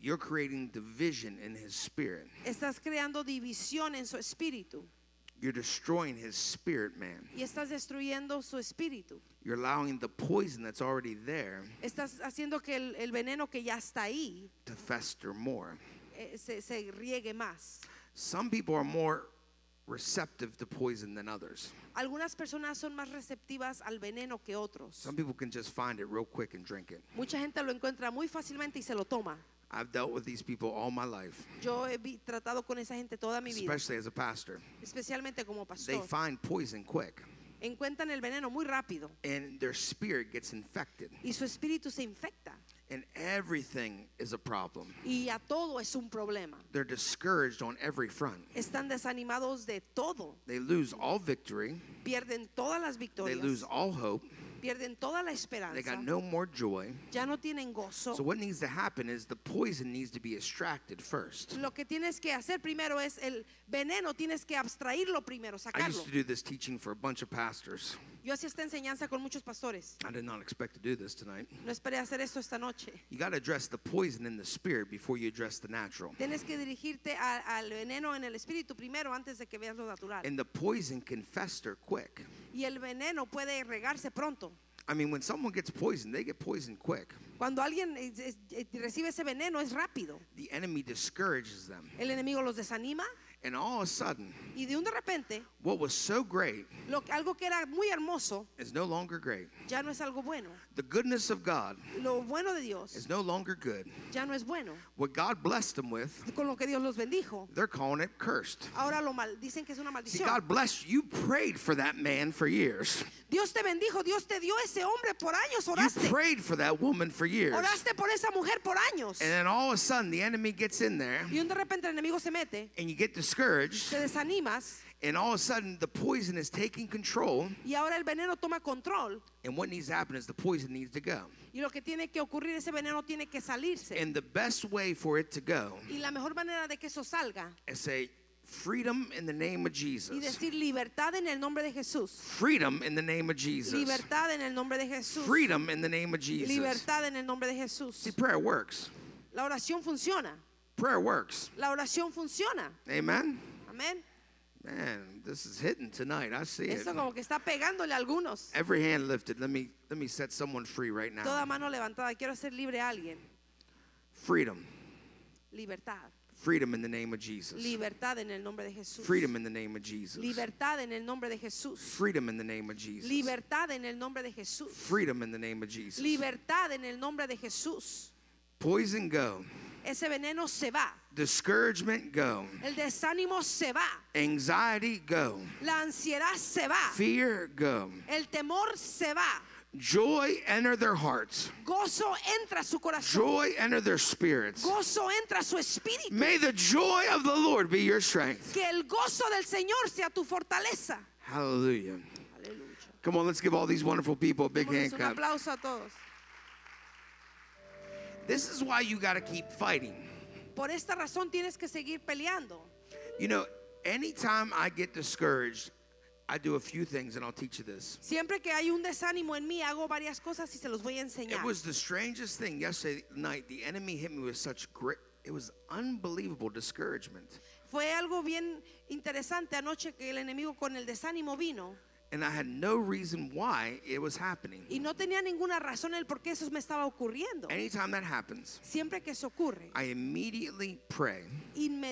A: You're creating division in his spirit.
B: Estás creando división en su espíritu
A: You're destroying his spirit, man.
B: y estás destruyendo su espíritu.
A: You're allowing the poison that's already there
B: Estás haciendo que el, el veneno que ya está ahí
A: to fester more.
B: eh, se, se riegue más.
A: Some people are more receptive to poison than others.
B: Algunas personas son más receptivas al veneno que otros.
A: Some people can just find it real quick and drink it.
B: Mucha gente lo encuentra muy fácilmente y se lo toma.
A: I've dealt with these people all my life,
B: Yo he vi- tratado con esa gente toda mi vida,
A: especially as a pastor.
B: especialmente como
A: They
B: pastor.
A: find poison quick,
B: Encuentran el veneno muy rápido
A: and their spirit gets infected,
B: y su espíritu se infecta
A: and everything is a problem.
B: y a todo es un problema.
A: They're discouraged on every front.
B: Están desanimados de todo,
A: They lose all victory,
B: pierden todas las
A: they lose
B: victorias,
A: all hope,
B: pierden toda la
A: they
B: esperanza,
A: got no more joy.
B: ya no tienen gozo.
A: So, what needs to happen is the poison needs to be extracted first.
B: Lo que tienes que hacer primero es el veneno, tienes que abstraerlo primero,
A: I
B: sacarlo.
A: used to do this teaching for a bunch of pastors.
B: Yo hacía esta enseñanza con muchos pastores.
A: I did not expect to do this tonight.
B: No esperé hacer esto esta noche.
A: You got to address the poison in the spirit before you address the natural.
B: Tienes que dirigirte a- al veneno en el espíritu primero antes de que veas lo natural.
A: And the poison can fester quick.
B: Y el veneno puede regarse pronto.
A: I mean, when someone gets poisoned, they get poisoned quick.
B: Cuando alguien es- es- eh, recibe ese veneno es rápido.
A: The enemy discourages them.
B: El enemigo los desanima
A: And all of a sudden,
B: y de un de repente
A: what was so great
B: lo, que- algo que era muy hermoso
A: is no longer great.
B: ya no es algo bueno.
A: The goodness of God
B: Lo bueno de Dios
A: is no longer good.
B: ya no es bueno.
A: What God blessed them with,
B: Con lo que Dios los bendijo.
A: they're calling it cursed.
B: Ahora lo mal, dicen que es una
A: See,
B: maldición.
A: God bless you. You prayed for that man for years.
B: Dios te bendijo, Dios te dio ese hombre por años,
A: You
B: oraste.
A: prayed for that woman for years. And
B: Oraste por esa mujer por años.
A: then all of a sudden, the enemy gets in there
B: Y un de repente el enemigo se mete,
A: and you get discouraged.
B: te desanimas
A: And all of a sudden, the poison is taking control.
B: y ahora el veneno toma control.
A: And what needs to happen is the poison needs to go.
B: Y lo que tiene que ocurrir, ese veneno tiene que salirse.
A: And the best way for it to go
B: Y la mejor manera de que eso salga
A: is say, freedom in the name of
B: y
A: Jesus.
B: decir libertad en el nombre de Jesús.
A: Freedom in the name of Jesus.
B: Libertad en el nombre de Jesús.
A: Freedom in the name of Jesus.
B: Libertad en el nombre de Jesús.
A: See, prayer works.
B: La oración funciona.
A: Prayer works.
B: La oración funciona.
A: Amen.
B: Amén.
A: Man, this is hitting tonight. I see it.
B: Esto como que está pegándole a algunos.
A: Every hand lifted. Let me let me set someone free right now.
B: Toda mano levantada. Quiero hacer libre a alguien.
A: Freedom.
B: Libertad.
A: Freedom in the name of Jesus.
B: Libertad en el nombre de Jesús.
A: Freedom in the name of Jesus.
B: Libertad en el nombre de Jesús.
A: Freedom in the name of Jesus.
B: Libertad en el nombre de Jesús.
A: Freedom in the name of Jesus.
B: Libertad en el nombre de Jesús.
A: Poison go.
B: Ese veneno se va.
A: Discouragement go.
B: El desánimo se va.
A: Anxiety go.
B: La ansiedad se va.
A: Fear go.
B: El temor se va.
A: Joy enter their hearts.
B: Gozo entra a su corazón.
A: Joy enter their spirits.
B: Gozo entra a su espíritu.
A: May the joy of the Lord be your strength.
B: Que el gozo del Señor sea tu fortaleza.
A: Hallelujah.
B: Aleluya.
A: Come on, let's give all these wonderful people a big hand
B: Démosles Un
A: clap.
B: aplauso a todos.
A: This is why you got to keep fighting.
B: Por esta razón tienes que seguir peleando.
A: You know, anytime I get discouraged, I do a few things, and I'll teach you this.
B: Siempre que hay un desánimo en mí, hago varias cosas y se los voy a
A: It
B: enseñar.
A: was the strangest thing yesterday night. The enemy hit me with such grit. It was unbelievable discouragement.
B: Fue algo bien interesante anoche que el enemigo con el desánimo vino
A: and I had no reason why it was happening.
B: Y no tenía ninguna razón el por qué eso me estaba ocurriendo.
A: Anytime that happens,
B: Siempre que eso ocurre,
A: I immediately pray.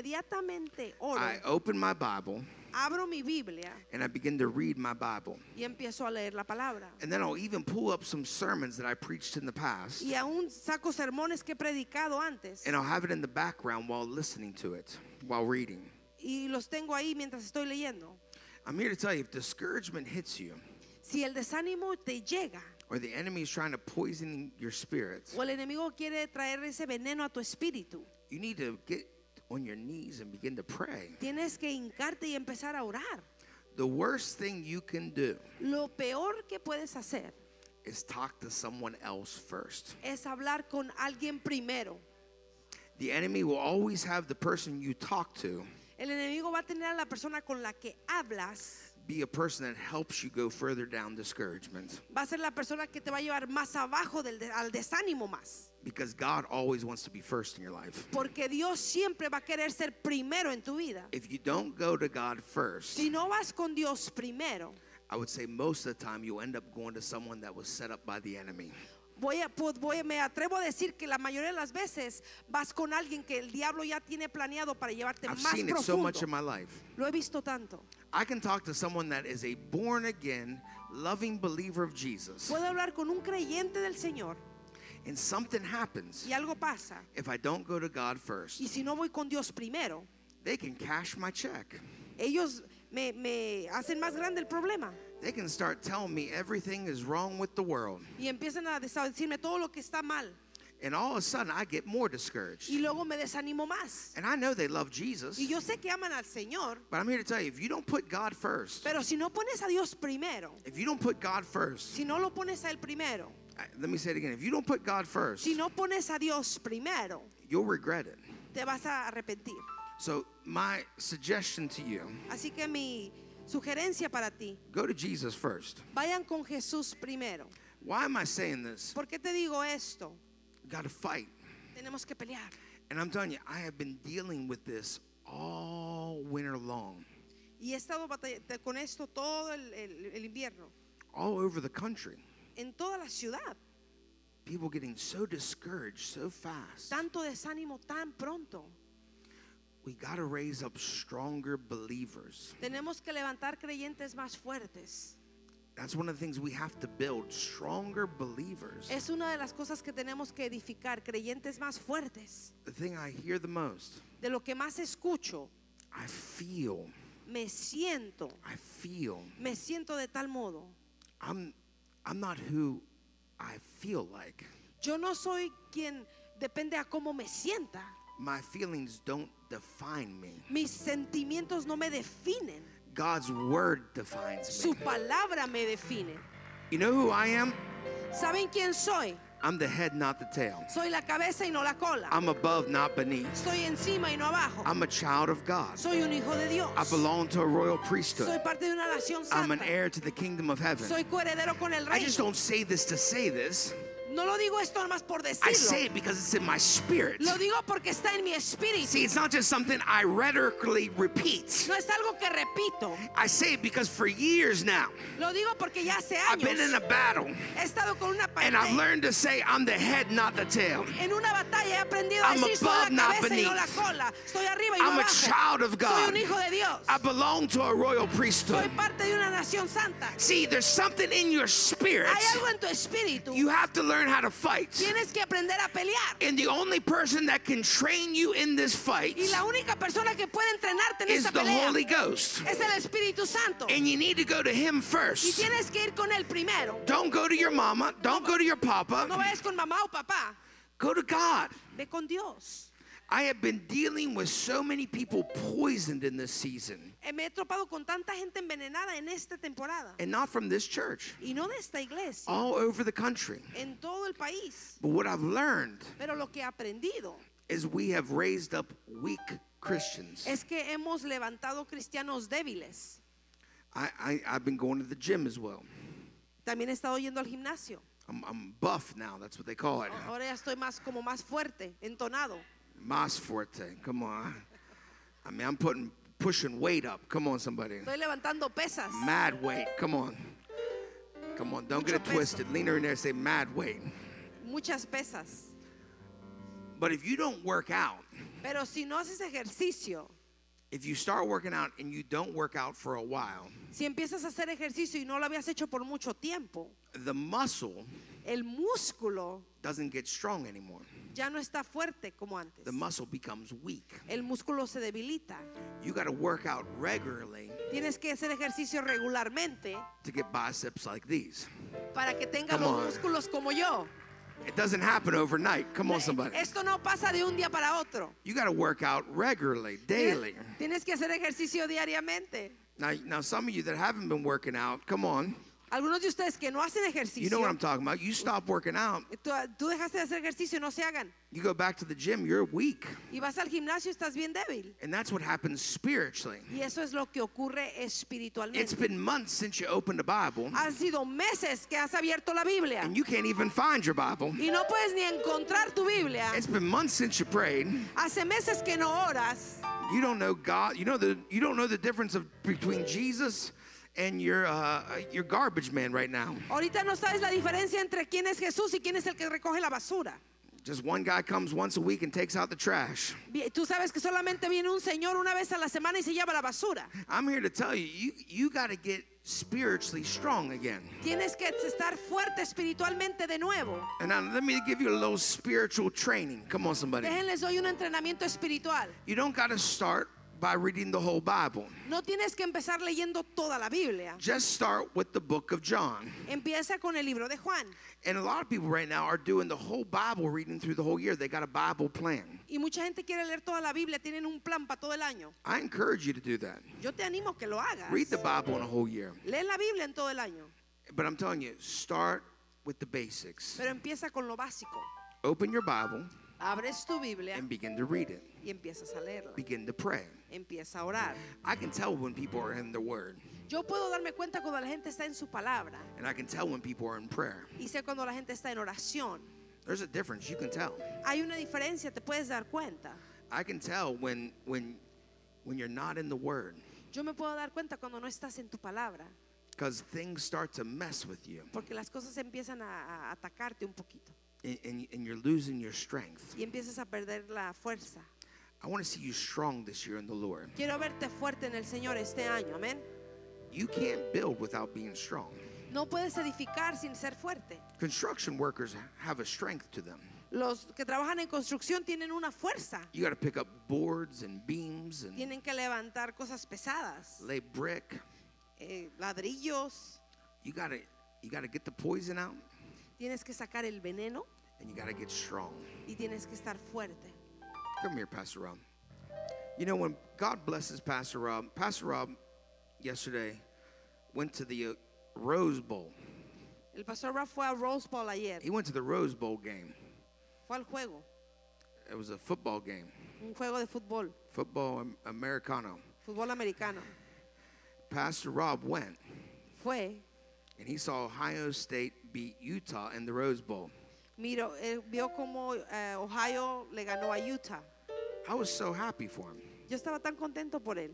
B: inmediatamente oro,
A: I uh, open my Bible
B: abro mi Biblia
A: and I begin to read my Bible.
B: y empiezo a leer la palabra.
A: And then I'll even pull up some sermons that I preached in the past
B: Y aún saco sermones que he predicado antes
A: and I'll have it in the background while listening to it, while reading.
B: y los tengo ahí mientras estoy leyendo.
A: I'm here to tell you if discouragement hits you
B: Si el desánimo te llega
A: or the enemy is trying to poison your spirit,
B: o el enemigo quiere traer ese veneno a tu espíritu,
A: you need to get on your knees and begin to pray.
B: tienes que hincarte y empezar a orar.
A: The worst thing you can do
B: Lo peor que puedes hacer
A: is talk to someone else first.
B: es hablar con alguien primero.
A: The enemy will always have the person you talk to
B: El enemigo va a tener a la persona con la que hablas,
A: be a person that helps you go further down discouragement
B: va a ser la persona que te va a llevar más abajo del, de- al desánimo más.
A: because God always wants to be first in your life.
B: Porque Dios siempre va a querer ser primero en tu vida.
A: If you don't go to God first,
B: Si no vas con Dios primero,
A: I would say most of the time you'll end up going to someone that was set up by the enemy.
B: voy a, pu- voy- me atrevo a decir que la mayoría de las veces vas con alguien que el diablo ya tiene planeado para llevarte
A: I've
B: más
A: seen it so much in
B: profundo.
A: my life.
B: Lo he visto tanto.
A: I can talk to someone that is a born again, loving believer of Jesus,
B: Puedo hablar con un creyente del Señor
A: and something happens
B: y algo pasa.
A: if I don't go to God
B: Y
A: first.
B: si no voy con Dios primero,
A: They can cash my check.
B: ellos me, me hacen más grande el problema.
A: They can start telling me everything is wrong with the world.
B: Y empiezan a desa- decirme todo lo que está mal.
A: And all of a sudden, I get more discouraged.
B: Y luego me desanimo más.
A: And I know they love Jesus.
B: Y yo sé que aman al Señor,
A: But I'm here to tell you if you don't put God first,
B: pero si no pones a Dios primero,
A: if you don't put God first,
B: si no lo pones a Él primero,
A: I- let me say it again if you don't put God first,
B: si no pones a Dios primero,
A: you'll regret it.
B: te vas a arrepentir.
A: So, my suggestion to you
B: Así que mi sugerencia para ti,
A: go to Jesus first.
B: vayan con Jesús primero.
A: Why am I saying this?
B: ¿Por qué te digo esto?
A: Got to fight.
B: Tenemos que pelear.
A: And I'm telling you, I have been dealing with this all winter long,
B: Y he estado batallando con esto todo el, el- el invierno,
A: all over the country.
B: en toda la ciudad.
A: People getting so discouraged so fast.
B: Tanto desánimo tan pronto.
A: We got to raise up stronger believers.
B: Tenemos que levantar creyentes más fuertes.
A: That's one of the things we have to build stronger believers.
B: Es una de las cosas que tenemos que edificar, creyentes más fuertes.
A: The thing I hear the most,
B: De lo que más escucho,
A: I feel,
B: me siento,
A: I feel,
B: me siento de tal modo.
A: I'm, I'm not who I feel like.
B: Yo no soy quien depende a cómo me sienta.
A: My feelings don't define me.
B: Mis sentimientos no me definen.
A: God's word defines me.
B: Su palabra me define.
A: You know who I am?
B: ¿Saben quién soy?
A: I'm the head, not the tail.
B: Soy la cabeza y no la cola.
A: I'm above, not beneath.
B: Soy encima y no abajo.
A: I'm a child of God.
B: Soy un hijo de Dios.
A: I belong to a royal
B: Soy
A: priesthood.
B: parte de una nación
A: I'm an
B: santa.
A: heir to the kingdom of heaven.
B: Soy coheredero con el
A: I just
B: reino.
A: don't say this to say this.
B: No lo digo esto nomás por
A: I say
B: decirlo.
A: it because it's in my spirit.
B: Lo digo porque está en mi espíritu.
A: See, it's not just something I rhetorically repeat.
B: No es algo que repito.
A: I say it because for years now,
B: Lo digo porque ya hace
A: I've been in a
B: años
A: battle
B: he estado con una
A: and I've
B: batalla.
A: learned to say I'm the head, not the tail.
B: En una batalla he aprendido a
A: I'm
B: decir soy
A: above,
B: la
A: not
B: cabeza y no la
A: beneath.
B: cola. Soy arriba y no
A: I'm a
B: abajo.
A: child of
B: Soy
A: God.
B: un hijo de Dios.
A: I belong to a royal
B: Soy
A: priesthood.
B: parte de una nación santa.
A: See, there's something in your spirit.
B: Hay algo en tu espíritu.
A: You have to learn how to fight.
B: Tienes que aprender a pelear.
A: And the only person that can train you in this fight
B: Y la única persona que puede entrenarte en
A: is
B: esta
A: the
B: pelea
A: Holy Ghost.
B: es el Espíritu Santo.
A: And you need to go to Him
B: Y
A: first.
B: tienes que ir con él primero.
A: Don't go to your mama. Don't go to your
B: No
A: papa.
B: vayas con mamá o papá.
A: Go to God.
B: Ve con Dios.
A: I have been dealing with so many people poisoned in this season,
B: Eh, Me he tropado con tanta gente envenenada en esta temporada.
A: and not from this church,
B: Y no de esta iglesia.
A: all over the country.
B: En todo el país.
A: But what I've learned
B: Pero lo que he aprendido
A: is we have raised up weak Christians.
B: es que hemos levantado cristianos débiles.
A: I, I, I've been going to the gym as well.
B: También he estado yendo al gimnasio.
A: I'm, I'm buff now. That's what they call it.
B: Ahora ya estoy más como más fuerte, entonado.
A: Mas Forte. Come on. I mean, I'm putting pushing weight up. Come on, somebody.
B: Estoy levantando pesas.
A: Mad weight. Come on. Come on. Don't get it
B: Mucho peso.
A: twisted. Lean her in there and say mad weight.
B: Muchas pesas.
A: But if you don't work out,
B: Pero si no haces ejercicio,
A: if you start working out and you don't work out for a while,
B: si empiezas a hacer ejercicio y no lo habías hecho por mucho tiempo,
A: the muscle
B: el músculo
A: doesn't get strong anymore.
B: ya no está fuerte como antes.
A: The muscle becomes weak.
B: El músculo se debilita.
A: You got to work out regularly
B: Tienes que hacer ejercicio regularmente
A: to get biceps like these.
B: para que tengas
A: Come
B: los
A: on.
B: músculos como yo.
A: It doesn't happen overnight. Come on, somebody.
B: Esto no pasa de un día para otro. ¿Eh?
A: You got to work out regularly, daily.
B: Tienes que hacer ejercicio diariamente.
A: Now, now, some of you that haven't been working out, come on.
B: Algunos de ustedes que no hacen ejercicio, eh,
A: You know what I'm talking about. You stop working out,
B: tú, ah, tú dejaste de hacer ejercicio, no se hagan.
A: you go back to the gym, you're weak.
B: Y vas al gimnasio, estás bien débil.
A: And that's what happens spiritually.
B: Y eso es lo que ocurre
A: It's
B: espiritualmente.
A: been months since you opened a Bible,
B: Han sido meses que has abierto la Biblia
A: and you can't even find your Bible.
B: y no puedes ni encontrar tu Biblia.
A: It's been months since you prayed.
B: Hace meses que no oras.
A: You don't know God. You know the. You don't know the difference of between Jesus and your uh, your garbage man right now.
B: Ahorita no sabes la diferencia entre quién es Jesús y quién es el que recoge la basura.
A: Just one guy comes once a week and takes out the trash.
B: Vi- Tú sabes que solamente viene un señor una vez a la semana y se lleva la basura.
A: I'm here to tell you, you you got to get spiritually strong again.
B: Tienes que estar fuerte espiritualmente de nuevo.
A: And now let me give you a little spiritual training. Come on, somebody.
B: Déjenles hoy un entrenamiento espiritual.
A: You don't got to start by reading the whole Bible.
B: No tienes que empezar leyendo toda la Biblia.
A: Just start with the book of John.
B: Empieza con el libro de Juan.
A: And a lot of people right now are doing the whole Bible reading through the whole year. They got a Bible plan.
B: Y mucha gente quiere leer toda la Biblia, tienen un plan para todo el año.
A: I encourage you to do that.
B: Yo te animo a que lo hagas.
A: Read the Bible in a whole year.
B: Lee la Biblia en todo el año,
A: But I'm telling you, start with the basics.
B: pero empieza con lo básico.
A: Open your Bible
B: Abres tu Biblia
A: and begin to read it.
B: y empiezas a leerla.
A: Begin to pray.
B: Empieza a orar.
A: I can tell when people are in the Word,
B: Yo puedo darme cuenta cuando la gente está en su palabra
A: and I can tell when people are in prayer.
B: y sé cuando la gente está en oración.
A: There's a difference. You can tell.
B: Hay una diferencia, te puedes dar cuenta.
A: I can tell when when when you're not in the Word,
B: Yo me puedo dar cuenta cuando no estás en tu palabra,
A: because things start to mess with you,
B: porque las cosas empiezan a, a atacarte un poquito
A: and, and, and you're losing your strength.
B: y empiezas a perder la fuerza.
A: I want to see you strong this year in the Lord.
B: Quiero verte fuerte en el Señor este año, amén.
A: You can't build without being strong.
B: No puedes edificar sin ser fuerte.
A: Construction workers have a strength to them.
B: Los que trabajan en construcción tienen una fuerza.
A: You got to pick up boards and beams and
B: Tienen que levantar cosas pesadas,
A: lay brick.
B: eh, ladrillos.
A: You got to you got to get the poison out
B: Tienes que sacar el veneno
A: and you got to get strong.
B: y tienes que estar fuerte.
A: Come here, Pastor Rob. You know when God blesses Pastor Rob, Pastor Rob yesterday went to the uh, Rose Bowl.
B: El pastor Ralph fue a Rose Bowl ayer.
A: He went to the Rose Bowl game.
B: Fue al juego,
A: It was a football game,
B: un juego de fútbol,
A: football am- americano.
B: fútbol americano.
A: Pastor Rob went
B: Fue,
A: and he saw Ohio State beat Utah in the Rose Bowl.
B: miro, eh, vio cómo eh, Ohio le ganó a Utah.
A: I was so happy for him
B: Yo estaba tan contento por él,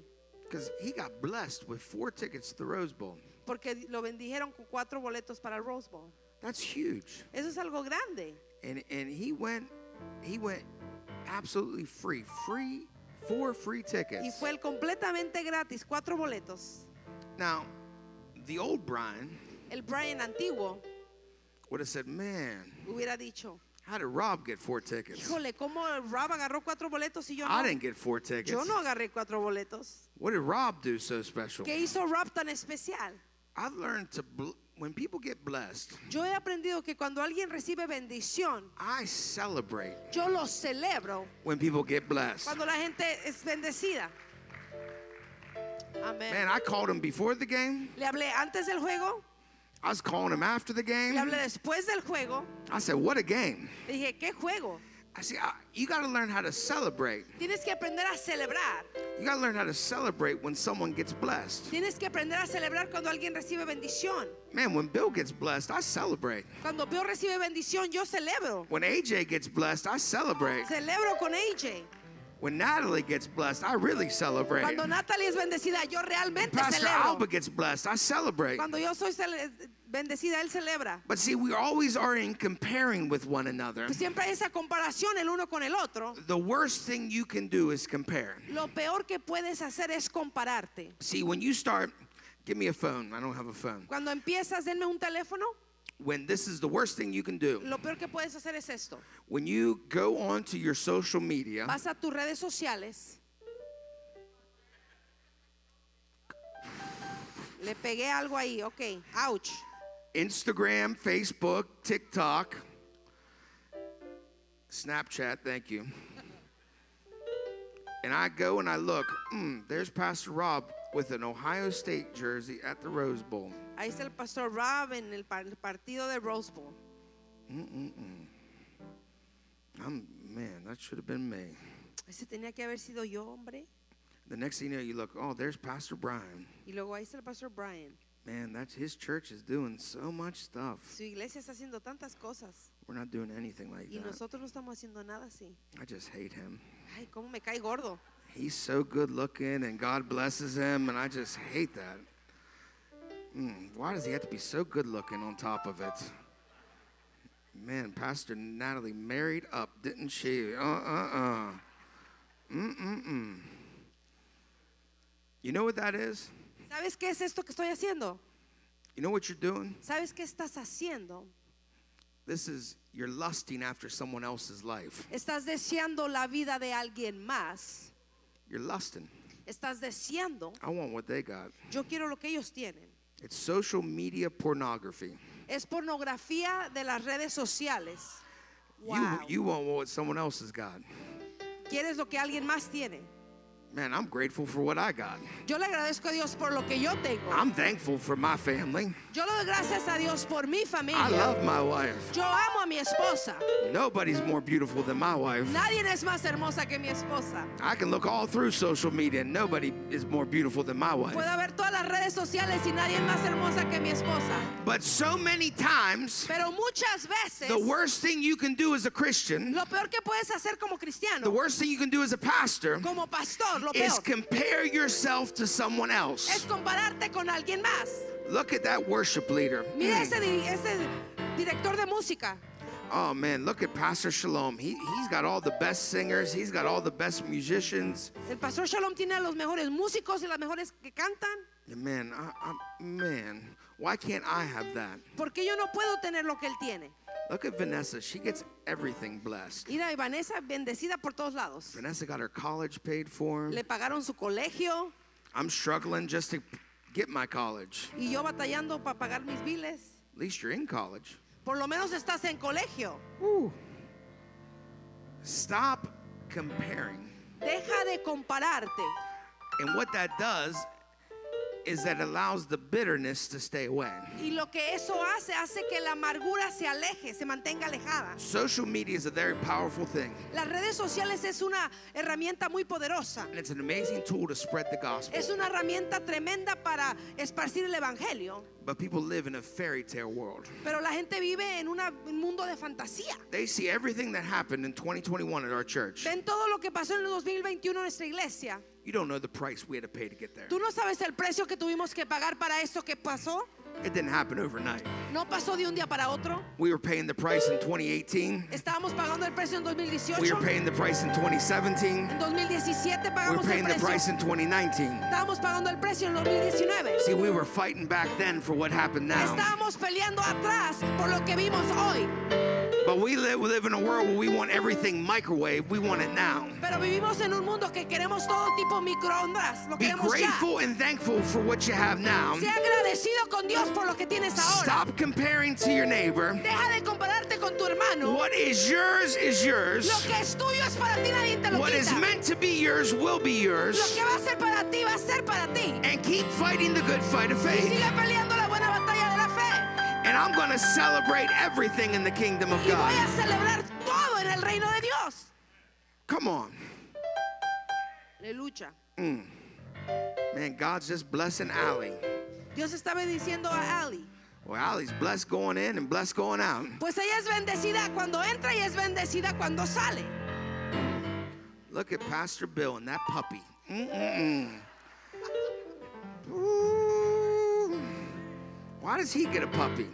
A: because he got blessed with four tickets to the Rose Bowl.
B: porque lo bendijeron con cuatro boletos para el Rose Bowl.
A: That's huge.
B: Eso es algo grande.
A: And and he went he went absolutely free. Free four free
B: Y
A: tickets.
B: fue el completamente gratis, cuatro boletos.
A: Now, the old Brian
B: El Brian antiguo
A: would have said, "Man,
B: hubiera dicho,
A: how did Rob get four tickets?
B: híjole, ¿cómo Rob agarró cuatro boletos y yo
A: I
B: no?
A: didn't get four tickets.
B: Yo no agarré cuatro boletos.
A: What did Rob do so special?"
B: ¿Qué hizo Rob tan especial?
A: I've learned to bl- when people get blessed,
B: Yo he aprendido que cuando alguien recibe bendición,
A: I celebrate
B: yo lo celebro
A: when people get blessed.
B: cuando la gente es bendecida. Amén.
A: Man, I called him before the game.
B: Le hablé antes del juego,
A: I was calling him after the
B: le
A: game.
B: hablé después del juego.
A: I said, "What a game!"
B: Le dije, ¿qué juego?
A: I see. I, you got to learn how to celebrate.
B: Tienes que aprender a celebrar.
A: You got to learn how to celebrate when someone gets blessed.
B: Tienes que aprender a celebrar cuando alguien recibe bendición.
A: Man, when Bill gets blessed, I celebrate.
B: Cuando Bill recibe bendición, yo celebro.
A: When AJ gets blessed, I celebrate.
B: Celebro con AJ.
A: When Natalie gets blessed, I really celebrate.
B: Cuando Natalie es bendecida, yo realmente
A: Pastor
B: celebro.
A: Alba gets blessed, I celebrate.
B: Cuando yo soy cele- bendecida, él celebra.
A: But see, we always are in comparing with one another.
B: Pues siempre hay esa comparación el uno con el otro.
A: The worst thing you can do is compare.
B: Lo peor que puedes hacer es compararte.
A: See, when you start, give me a phone. I don't have a phone.
B: Cuando empiezas, denme un teléfono,
A: When this is the worst thing you can do,
B: lo peor que puedes hacer es esto.
A: when you go onto your social media,
B: Vas a tus redes sociales. Le pegué algo ahí, ok. Ouch.
A: Instagram, Facebook, TikTok, Snapchat, thank you. And I go and I look, mm, there's Pastor Rob with an Ohio State jersey at the Rose Bowl.
B: Ahí está el pastor Rob en el, par- el partido de Rose Bowl.
A: I'm, man, that should have been me.
B: Ese tenía que haber sido yo, hombre.
A: The next thing you know, you look, oh, there's Pastor Brian.
B: Y luego ahí está el pastor Brian.
A: Man, that's his church is doing so much stuff.
B: Su iglesia está haciendo tantas cosas
A: We're not doing anything like
B: y
A: that.
B: nosotros no estamos haciendo nada así.
A: I just hate him.
B: Ay, cómo me cae gordo.
A: He's so good looking and God blesses him, and I just hate that. Mm, why does he have to be so good looking on top of it? Man, Pastor Natalie married up, didn't she? Uh uh uh. Mm mm mm. You know what that is?
B: ¿Sabes qué es esto que estoy haciendo?
A: You know what you're doing?
B: ¿Sabes qué estás haciendo?
A: This is you're lusting after someone else's life.
B: Estás deseando la vida de alguien más.
A: You're lusting.
B: Estás deseando,
A: I want what they got.
B: yo quiero lo que ellos tienen.
A: It's social media pornography.
B: Es pornografía de las redes sociales.
A: You,
B: Wow.
A: you want what someone else has got.
B: ¿Quieres lo que alguien más tiene?
A: Man, I'm grateful for what I got.
B: Yo le agradezco a Dios por lo que yo tengo.
A: I'm thankful for my family.
B: Yo le doy gracias a Dios por mi
A: I
B: familia.
A: love my wife.
B: Yo amo a mi esposa.
A: Nobody's more beautiful than my wife.
B: Nadie es más hermosa que mi esposa.
A: I can look all through social media and nobody is more beautiful than my wife.
B: Puedo ver todas las redes sociales y nadie es más hermosa que mi esposa.
A: But so many times,
B: Pero muchas veces,
A: the worst thing you can do as a Christian,
B: lo peor que puedes hacer como
A: the
B: cristiano,
A: worst thing you can do as a pastor,
B: como pastor, lo
A: is
B: peor,
A: compare yourself to someone
B: es
A: else.
B: compararte con alguien más.
A: Look at that worship leader.
B: Mira ese, di- ese director de música.
A: Oh man, look at Pastor Shalom. He, he's got all the best singers, he's got all the best musicians.
B: El pastor Shalom tiene a los mejores músicos y las mejores que cantan.
A: Man, I, I, man, why can't I have that?
B: ¿Por qué yo no puedo tener lo que él tiene?
A: Look at Vanessa. She gets everything blessed.
B: Mira, y Vanessa, bendecida por todos lados.
A: Vanessa got her college paid for.
B: Le pagaron su colegio
A: I'm struggling just to get my college.
B: y yo batallando para pagar mis biles.
A: At least you're in college.
B: Por lo menos estás en colegio.
A: Stop comparing.
B: Deja de compararte.
A: And what that does is that allows the bitterness to stay away.
B: Y lo que eso hace, hace que la amargura se aleje, se mantenga alejada.
A: Social media is a very powerful thing,
B: Las redes sociales es una herramienta muy poderosa.
A: and it's an amazing tool to spread the gospel.
B: Es una herramienta tremenda para esparcir el evangelio.
A: But people live in a fairy tale world.
B: Pero la gente vive en una- un mundo de fantasía.
A: They see everything that happened in 2021 at our church.
B: Ven todo lo que pasó en el 2021 en nuestra iglesia.
A: You don't know the price we had to pay to get there.
B: Tú no sabes el precio que tuvimos que pagar para esto que pasó.
A: It didn't happen overnight.
B: No pasó de un día para otro.
A: We were paying the price in 2018.
B: Estábamos pagando el precio en
A: We
B: 2018.
A: were paying the price in 2017.
B: En 2017
A: We were
B: pagamos el
A: paying the price
B: precio.
A: in 2019.
B: Estábamos pagando el precio en 2019.
A: See, we were fighting back then for what happened now.
B: Estábamos peleando atrás por lo que vimos hoy.
A: But we live, we live in a world where we want everything microwave. We want it now.
B: Pero vivimos en un mundo que queremos todo tipo microondas. Lo
A: Be
B: queremos ya.
A: grateful and thankful for what you have now.
B: Sé agradecido con Dios por lo que tienes ahora.
A: Stop comparing to your neighbor.
B: Deja de compararte con tu hermano.
A: What is yours is
B: Lo
A: yours.
B: que es tuyo es para ti, nadie te lo
A: What is
B: quita.
A: meant to be yours will be
B: Lo
A: yours.
B: que va a ser para ti va a ser para ti.
A: And keep fighting the good fight of
B: Y
A: faith.
B: sigue peleando la buena batalla de la fe.
A: And I'm going to celebrate everything in the kingdom of
B: Y voy a
A: God.
B: celebrar todo en el reino de Dios.
A: Come on.
B: Aleluya.
A: Man, God's just blessing Allie.
B: Dios está bendiciendo a Ali.
A: Well, Allie's blessed going in and blessed going out.
B: Pues ella es bendecida cuando entra y es bendecida cuando sale.
A: Look at Pastor Bill and that puppy. Mm-mm-mm. Ooh. Why does he get a puppy?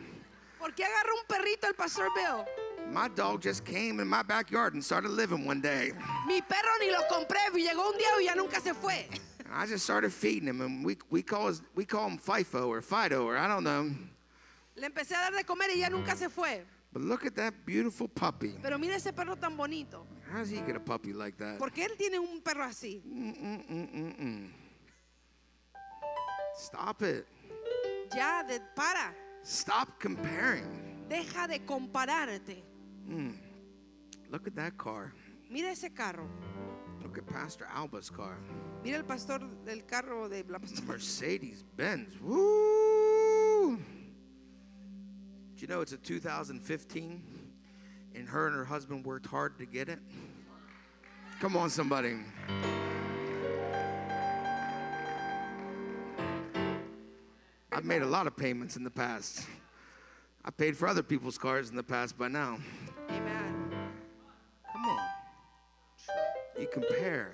B: ¿Por qué agarró un perrito el pastor Bill?
A: My dog just came in my backyard and started living one day.
B: Mi perro ni lo compré, llegó un día y ya nunca se fue.
A: And I just started feeding him, and we, we, call, his, we call him FIFO or Fido or I don't know.
B: Le empecé a dar de comer y ya nunca se fue.
A: But look at that beautiful puppy.
B: Pero mira ese perro tan bonito.
A: How does he get a puppy like that?
B: ¿Por qué él tiene un perro así?
A: Mm-mm-mm-mm-mm. Stop it.
B: Ya, de- para.
A: Stop comparing.
B: Deja de compararte.
A: Look at that car.
B: Mira ese carro.
A: Look at Pastor Alba's car.
B: Mira el pastor del carro de la pastora.
A: Mercedes Benz. Woo! Do you know it's a 2015 and her and her husband worked hard to get it? Come on, somebody. I've made a lot of payments in the past. I paid for other people's cars in the past by now.
B: Amen.
A: Come on. You compare.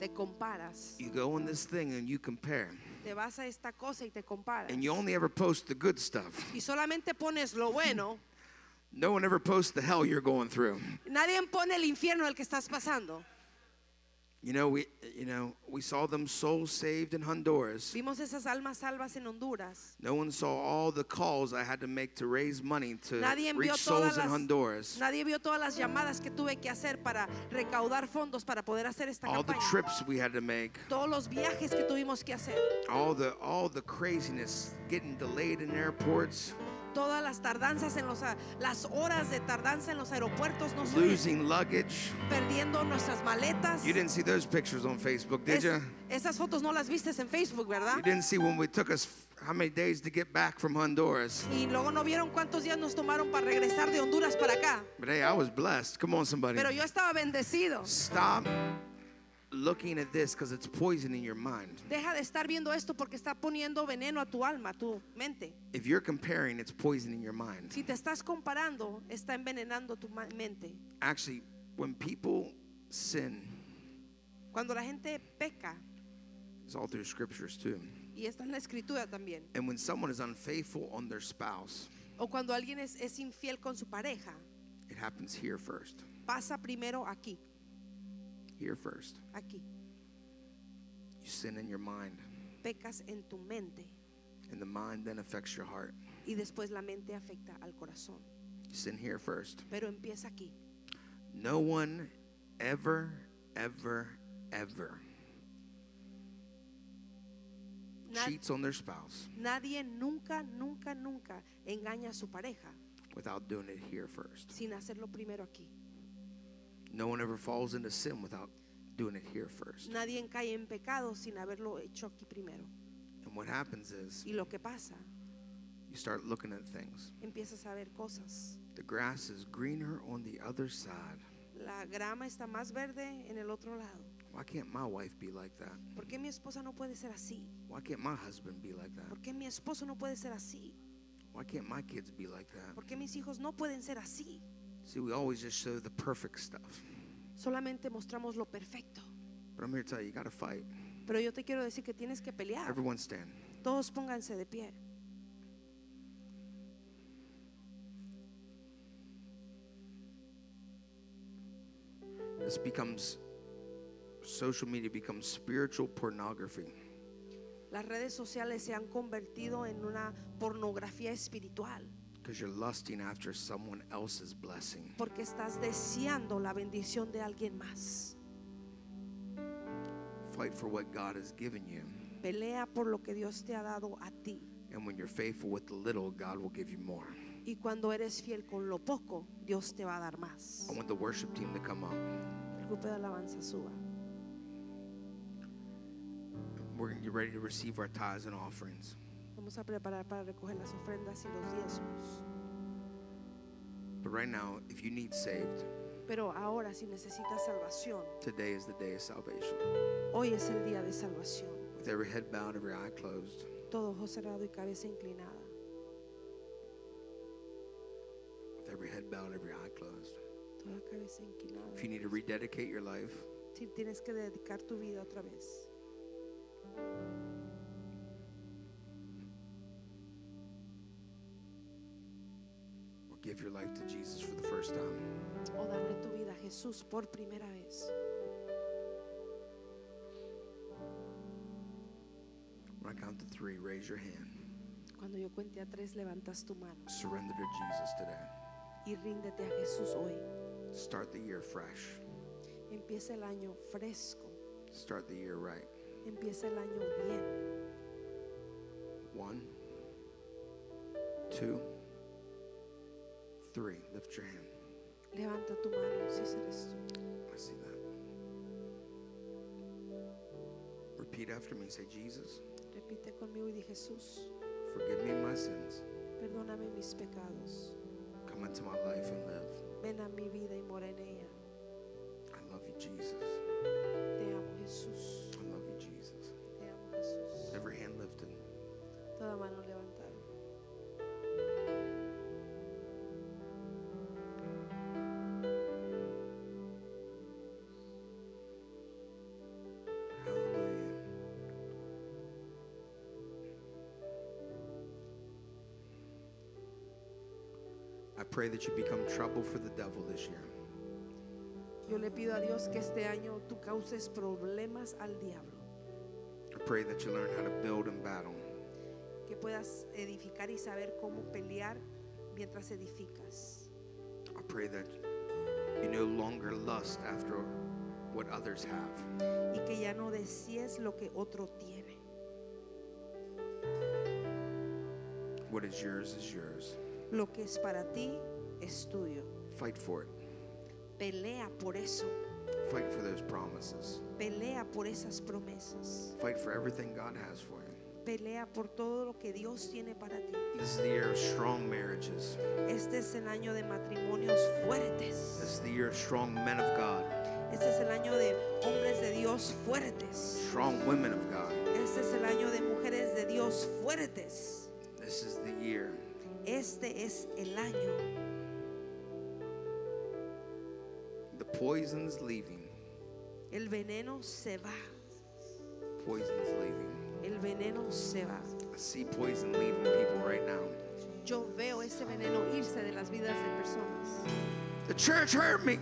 B: Te comparas.
A: You go on this thing and you compare.
B: Te vas a esta cosa y te comparas.
A: And you only ever post the good stuff.
B: Y solamente pones lo bueno.
A: No one ever posts the hell you're going through.
B: Nadie pone el infierno al que estás pasando.
A: You know, we you know, we saw them souls saved in Honduras.
B: Vimos esas almas salvas en Honduras.
A: No one saw all the calls I had to make to raise money to
B: Nadie
A: reach
B: envió
A: souls
B: todas
A: in
B: las
A: Honduras.
B: Nadie vio todas las llamadas que tuve que hacer para recaudar fondos para poder hacer esta
A: All the
B: campaña.
A: trips we had to make,
B: Todos los viajes que tuvimos que hacer,
A: all the all the craziness, getting delayed in airports,
B: todas las tardanzas en los a- las horas de tardanza en los aeropuertos, no se ven,
A: losing luggage.
B: perdiendo nuestras maletas.
A: You didn't see those pictures on Facebook, did
B: Es-
A: you?
B: esas fotos no las viste en Facebook, ¿verdad?
A: You didn't see when we took us how many days to get back from Honduras.
B: Y luego no vieron cuántos días nos tomaron para regresar de Honduras para acá.
A: But hey, I was blessed. Come on, somebody.
B: Pero yo estaba bendecido.
A: Stop looking at this because it's poisoning your mind.
B: Deja de estar viendo esto porque está poniendo veneno a tu alma, a tu mente.
A: If you're comparing, it's poisoning your mind.
B: Si te estás comparando, está envenenando tu ma- mente.
A: Actually, when people sin,
B: Cuando la gente peca,
A: it's all through scriptures too.
B: y está en la escritura también,
A: And when someone is unfaithful on their spouse,
B: o cuando alguien es, es infiel con su pareja,
A: it happens here first.
B: pasa primero aquí,
A: Here first.
B: aquí.
A: You sin in your mind,
B: Pecas en tu mente
A: and the mind then affects your heart.
B: y después la mente afecta al corazón.
A: You sin here first.
B: Pero empieza aquí.
A: No one ever, ever, ever
B: Na-
A: cheats on their spouse
B: nadie nunca, nunca, nunca engaña a su pareja
A: without doing it here first.
B: sin hacerlo primero aquí.
A: No one ever falls into sin without doing it here first.
B: Nadie cae en pecado sin haberlo hecho aquí primero.
A: And what happens is
B: Y lo que pasa,
A: you start looking at things.
B: empiezas a ver cosas.
A: The grass is greener on the other side.
B: La grama está más verde en el otro lado.
A: Why can't my wife be like that?
B: ¿Por qué mi esposa no puede ser así?
A: Why can't my husband be like that?
B: ¿Por qué mi esposo no puede ser así?
A: Why can't my kids be like that?
B: ¿Por qué mis hijos no pueden ser así?
A: See, we always just show the perfect stuff.
B: Solamente mostramos lo perfecto.
A: But I'm here to tell you, you gotta fight.
B: Pero yo te quiero decir que tienes que pelear.
A: Everyone stand.
B: Todos pónganse de pie.
A: This becomes social media becomes spiritual pornography.
B: Las redes sociales se han convertido en una pornografía espiritual
A: Because you're lusting after someone else's blessing.
B: porque estás deseando la bendición de alguien más.
A: Fight for what God has given you.
B: Pelea por lo que Dios te ha dado a ti.
A: And when you're faithful with the little, God will give you more.
B: Y cuando eres fiel con lo poco, Dios te va a dar más.
A: I want the worship team to come up.
B: El grupo de alabanza suba.
A: We're going to get ready to receive our tithes and offerings.
B: Vamos a preparar para recoger las ofrendas y los diezmos.
A: But right now, if you need saved,
B: Pero ahora si necesitas salvación,
A: today is the day of salvation.
B: hoy es el día de salvación.
A: With every head bowed, every eye closed,
B: Todo ojo cerrado y cabeza inclinada.
A: with every head bowed, every eye closed.
B: Toda cabeza inclinada.
A: If you need to rededicate your life,
B: si tienes que dedicar tu vida otra vez.
A: or give your life to Jesus for the first time.
B: O darle tu vida a Jesús por primera vez.
A: When I count to three, raise your hand.
B: Cuando yo cuente a tres, levantas tu mano
A: Surrender to Jesus today.
B: y ríndete a Jesús hoy.
A: Start the year fresh.
B: Empieza el año fresco.
A: Start the year right.
B: Empieza el año bien.
A: One, two, three. Lift your hand.
B: Levanta tu mano si ese eres tú.
A: I see that. Repeat after me. Say, Jesus,
B: Repite conmigo y di Jesús,
A: forgive me my sins.
B: perdóname mis pecados.
A: Come into my life and live.
B: Ven a mi vida y mora en ella.
A: I love you, Jesus.
B: Te amo Jesús.
A: I love you, Jesus.
B: Te amo Jesús.
A: Every hand lifted.
B: Toda mano levantada.
A: Hallelujah. I pray that you become trouble for the devil this year.
B: Yo le pido a Dios que este año tú causes problemas al diablo.
A: I pray that you learn how to build and battle.
B: Que puedas edificar y saber cómo pelear mientras edificas.
A: I pray that you no longer lust after what others have.
B: Y que ya no desees lo que otro tiene.
A: What is yours is yours.
B: Lo que es para ti es tuyo.
A: Fight for it.
B: Pelea por eso.
A: Fight for those promises.
B: Pelea por esas promesas.
A: Fight for everything God has for you.
B: Pelea por todo lo que Dios tiene para ti.
A: This is the year of strong marriages.
B: Este es el año de matrimonios
A: This
B: fuertes.
A: is the year of strong men of God,
B: Este es el año de hombres de Dios fuertes.
A: strong women of God.
B: Este es el año de mujeres de Dios fuertes.
A: This is the year
B: Este es el año.
A: The poison's leaving.
B: El veneno se va.
A: Poison's leaving.
B: El veneno se va.
A: I see poison leaving people right now.
B: Yo veo ese veneno irse de las vidas de personas.
A: The church hurt me.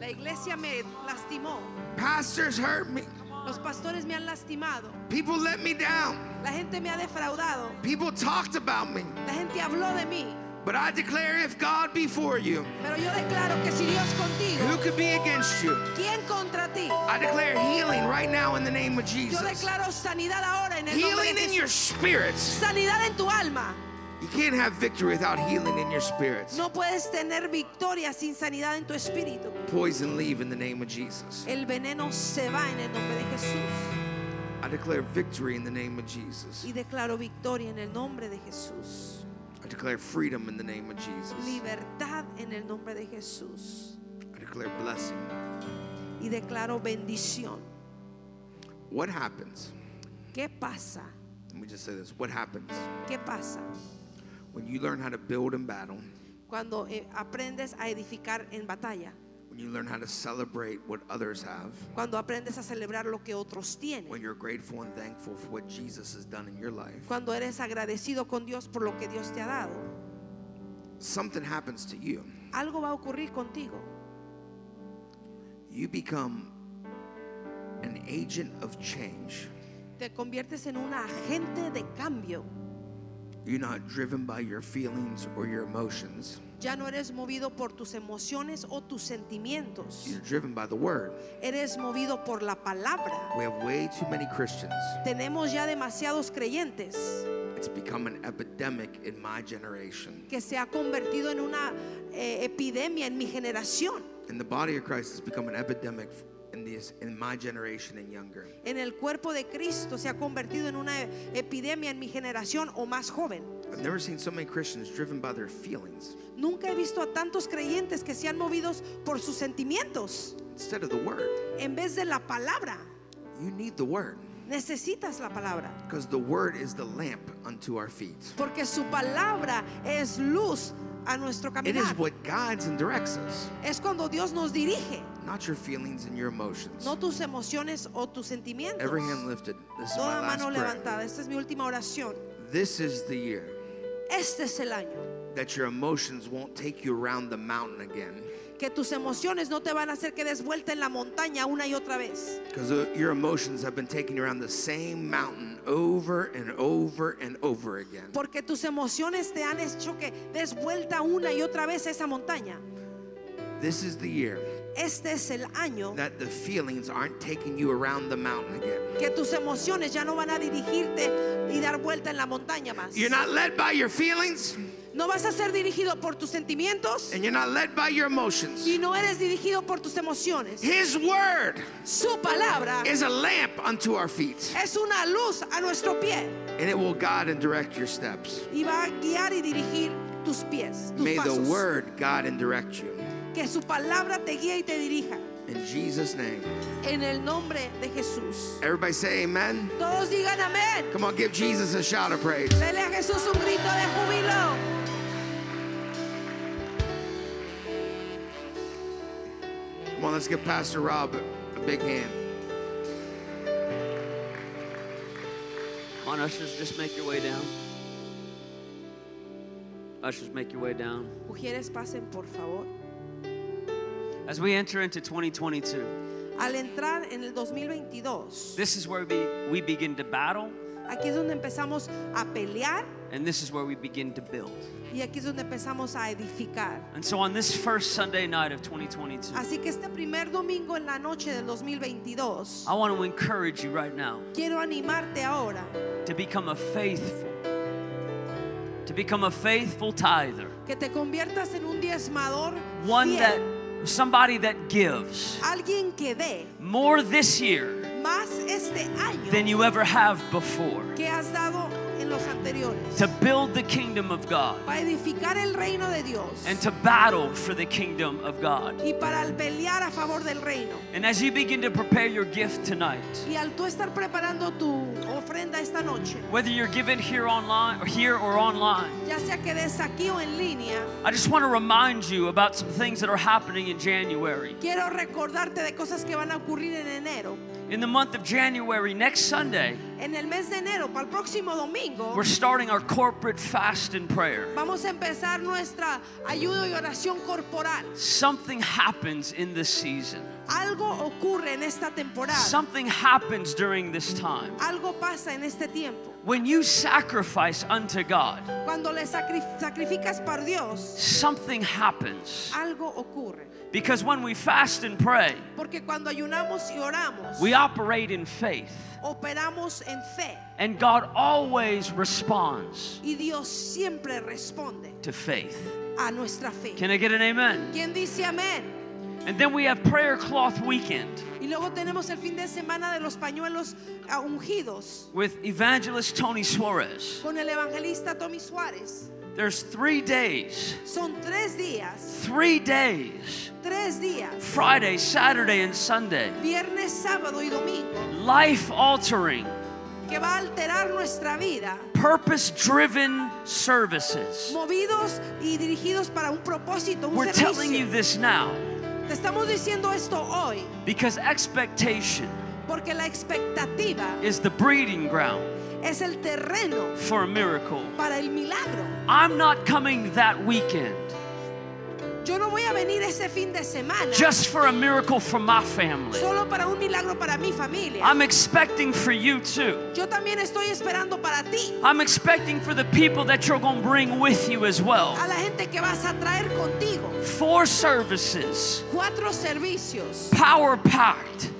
B: La iglesia me lastimó.
A: Pastors hurt me.
B: Los pastores me han lastimado.
A: People let me down.
B: La gente me ha defraudado.
A: People talked about me.
B: La gente habló de mí.
A: But I declare if God be for you,
B: Pero yo declaro que si Dios
A: who
B: contigo,
A: could be against you?
B: ¿quién contra ti?
A: I declare healing right now in the name of
B: Yo
A: Jesus.
B: declaro sanidad ahora en el nombre de
A: Healing in
B: Jesús.
A: your spirits.
B: Sanidad en tu alma.
A: You can't have victory without healing in your spirits.
B: No puedes tener victoria sin sanidad en tu espíritu.
A: Poison leave in the name of Jesus.
B: El veneno se va en el nombre de Jesús.
A: I declare victory in the name of Jesus.
B: Y declaro victoria en el nombre de Jesús.
A: I declare freedom in the name of Jesus.
B: Libertad en el nombre de Jesús.
A: I declare blessing.
B: Y declaro bendición.
A: What happens?
B: ¿Qué pasa?
A: Let me just say this. What happens
B: ¿Qué pasa?
A: when you learn how to build in battle,
B: Cuando eh, aprendes a edificar en batalla.
A: when you learn how to celebrate what others have,
B: Cuando aprendes a celebrar lo que otros tienen.
A: when you're grateful and thankful for what Jesus has done in your life?
B: Cuando eres agradecido con Dios por lo que Dios te ha dado.
A: Something happens to you.
B: algo va a ocurrir contigo.
A: You become an agent of change.
B: Te conviertes en un agente de cambio.
A: You're not driven by your feelings or your emotions.
B: Ya no eres movido por tus emociones o tus
A: You're
B: sentimientos.
A: driven by the word.
B: Eres movido por la palabra.
A: We have way too many Christians.
B: Tenemos ya demasiados creyentes
A: It's become an epidemic in my generation.
B: que se ha convertido en una eh, epidemia en mi generación.
A: And the body of Christ has become an epidemic in this in my generation and younger.
B: En el cuerpo de Cristo se ha convertido en una epidemia en mi generación o más joven.
A: I've never seen so many Christians driven by their feelings
B: Nunca he visto a tantos creyentes que se han movidos por sus sentimientos
A: instead of the word.
B: en vez de la palabra.
A: You need the word
B: Necesitas la palabra.
A: because the word is the lamp unto our feet.
B: Porque su palabra es luz a nuestro
A: It is
B: caminar.
A: what guides and directs us,
B: Es cuando Dios nos dirige,
A: not your feelings and your emotions.
B: no tus emociones o tus sentimientos.
A: Every hand lifted. This is my
B: Toda mano
A: last prayer.
B: levantada. Esta es mi última oración.
A: This is the year
B: Este es el año
A: that your emotions won't take you around the mountain again.
B: que tus emociones no te van a hacer que des vuelta en la montaña una y otra vez.
A: Because your emotions have been taking you around the same mountain over and over and over again.
B: Porque tus emociones te han hecho que des vuelta una y otra vez a esa montaña.
A: This is the year
B: Este es el año
A: that the feelings aren't taking you around the mountain again.
B: que tus emociones ya no van a dirigirte y dar vuelta en la montaña más.
A: You're not led by your feelings
B: No vas a ser dirigido por tus sentimientos
A: and you're not led by your
B: y
A: emotions.
B: no eres dirigido por tus emociones.
A: His word
B: Su palabra
A: is a lamp unto our feet
B: es una luz a nuestro pie
A: and it will guide and direct your steps.
B: y va a guiar y dirigir tus pies, tus
A: May the
B: pasos.
A: word guide and direct you.
B: Que su palabra te guíe y te dirija.
A: In Jesus' name.
B: En el nombre de Jesús.
A: Everybody say amen.
B: Todos digan amén.
A: Come on, give Jesus a shout of praise.
B: Dele a Jesús un grito de júbilo.
A: Come on, let's give Pastor Rob a big hand.
C: On ushers, just make your way down. Ushers, make your way down.
B: Mujeres, pasen por favor.
C: As we enter into 2022,
B: Al entrar en el 2022,
C: this is where we, we begin to battle
B: aquí es donde empezamos a pelear
C: and this is where we begin to build.
B: y aquí es donde empezamos a edificar.
C: And so on this first Sunday night of 2022,
B: Así que este primer domingo en la noche del 2022,
C: I want to encourage you right now
B: quiero animarte ahora
C: to become a faithful to become a faithful tither,
B: que te conviertas en un diezmador
C: one that
B: fiel,
C: somebody that gives
B: alguien que dé
C: more this year
B: más este
C: than
B: año
C: you ever have before
B: que has dado en los anteriores.
C: to build the kingdom of God.
B: para edificar el reino de Dios
C: and to battle for the kingdom of God.
B: y para el pelear a favor del reino.
C: And as you begin to prepare your gift tonight,
B: Y al tú estar preparando tu ofrenda esta noche,
C: whether you're given here online or here or online,
B: ya sea que des aquí o en línea,
C: I just want to remind you about some things that are happening in January.
B: quiero recordarte de cosas que van a ocurrir en enero.
C: In the month of January, next Sunday,
B: En el mes de enero, para el próximo domingo,
C: we're starting our corporate fast and prayer.
B: vamos a empezar nuestra ayuda y oración corporal.
C: Something happens in this season.
B: Algo ocurre en esta temporada.
C: Something happens during this time.
B: Algo pasa en este tiempo.
C: When you sacrifice unto God,
B: Cuando le sacri- sacrificas para Dios,
C: something happens.
B: algo ocurre.
C: Because when we fast and pray,
B: Porque cuando ayunamos y oramos,
C: We operate in faith,
B: operamos en fe
C: and God always responds
B: y Dios siempre responde
C: to faith.
B: a nuestra fe.
C: Can I get an amen?
B: ¿Quién dice amén?
C: And then we have prayer cloth weekend
B: Y luego tenemos el fin de semana de los pañuelos ah, ungidos
C: with evangelist Tony Suarez.
B: con el evangelista Tommy Suárez.
C: There's three days,
B: Son tres días,
C: three days
B: tres días,
C: Friday, Saturday, and Sunday.
B: viernes, sábado y domingo,
C: Life altering,
B: que va a alterar nuestra vida,
C: purpose driven services.
B: movidos y dirigidos para un propósito, un
C: We're telling you
B: servicio.
C: this now
B: Te estamos diciendo esto hoy
C: because expectation
B: porque la expectativa
C: is the breeding ground
B: es el terreno
C: for a miracle.
B: para el milagro.
C: I'm not coming that weekend
B: Yo no voy a venir ese fin de semana
C: just for a miracle for my family.
B: solo para un milagro para mi familia.
C: I'm expecting for you too.
B: Yo también estoy esperando para ti,
C: I'm expecting for the people that you're going to bring with you as well.
B: a la gente que vas a traer contigo.
C: Four services,
B: Cuatro servicios
C: power packed.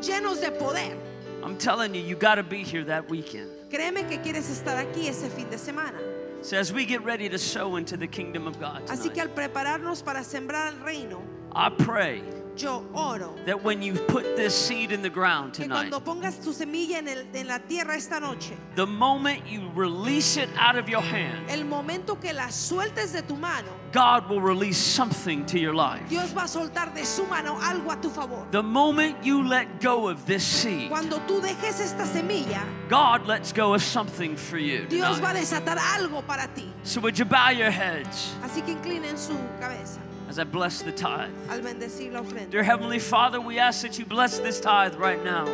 B: llenos de poder.
C: I'm telling you, you got to be here that weekend.
B: Créeme que quieres estar aquí ese fin de semana.
C: So as we get ready to sow into the kingdom of God
B: Así que
C: tonight,
B: al prepararnos para sembrar el reino,
C: I pray
B: yo oro
C: that when you put this seed in the ground
B: que
C: tonight,
B: cuando pongas tu semilla en, el- en la tierra esta noche,
C: the moment you release it out of your hand,
B: el momento que la sueltes de tu mano,
C: God will release something to your life.
B: Dios va a soltar de su mano algo a tu favor.
C: The moment you let go of this seed,
B: Cuando tú dejes esta semilla,
C: God lets go of something for you.
B: Dios va a
C: tonight.
B: desatar algo para ti.
C: So would you bow your heads
B: Así que inclinen su cabeza
C: as I bless the tithe?
B: al bendecir la ofrenda.
C: Dear Heavenly Father, we ask that you bless this tithe right now.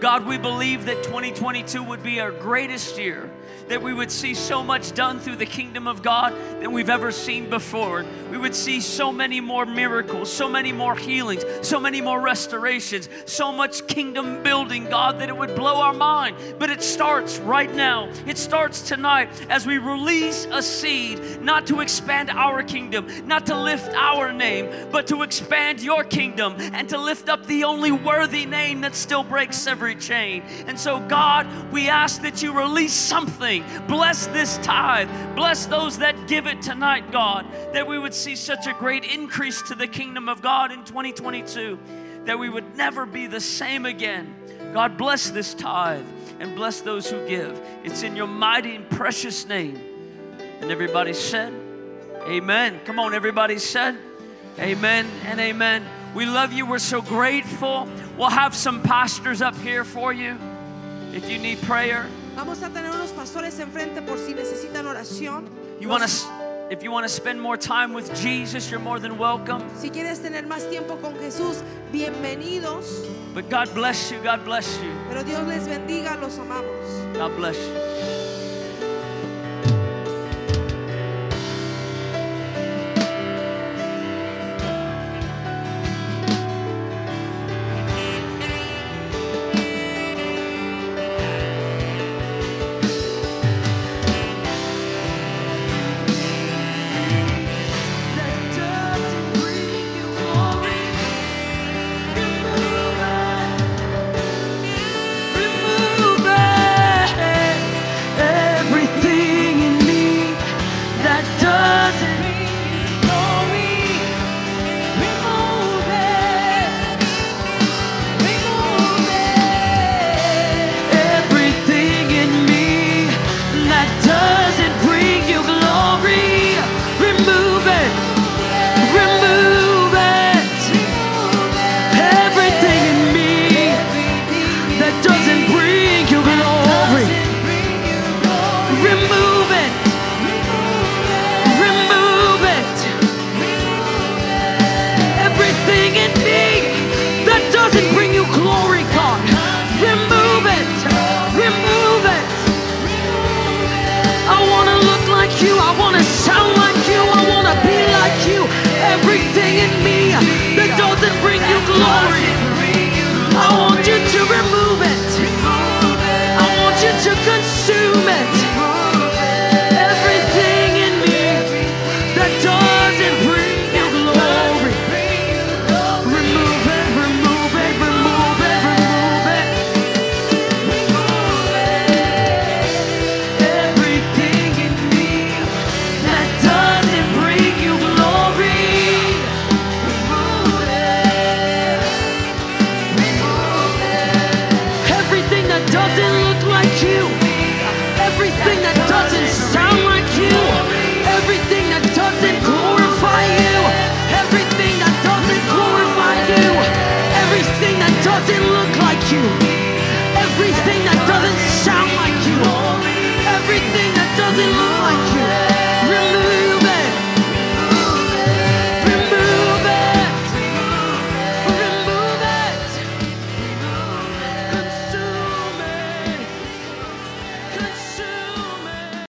C: God, we believe that 2022 would be our greatest year, that we would see so much done through the kingdom of God than we've ever seen before. We would see so many more miracles, so many more healings, so many more restorations, so much kingdom building, God, that it would blow our mind. But it starts right now. It starts tonight as we release a seed, not to expand our kingdom, not to lift our name, but to expand your kingdom and to lift up the only worthy name that still breaks every chain. And so, God, we ask that you release something. Bless this tithe. Bless those that give it tonight, God, that we would see such a great increase to the kingdom of God in 2022, that we would never be the same again. God, bless this tithe and bless those who give. It's in your mighty and precious name. And everybody said, Amen. Come on, everybody said, Amen and amen. We love you. We're so grateful. We'll have some pastors up here for you if you need prayer.
B: Vamos a tener unos pastores enfrente por si necesitan oración.
C: You want to, if you want to spend more time with Jesus, you're more than welcome.
B: Si quieres tener más tiempo con Jesús, bienvenidos.
C: But God bless you. God bless you.
B: Pero Dios les bendiga, los amamos.
C: God bless you.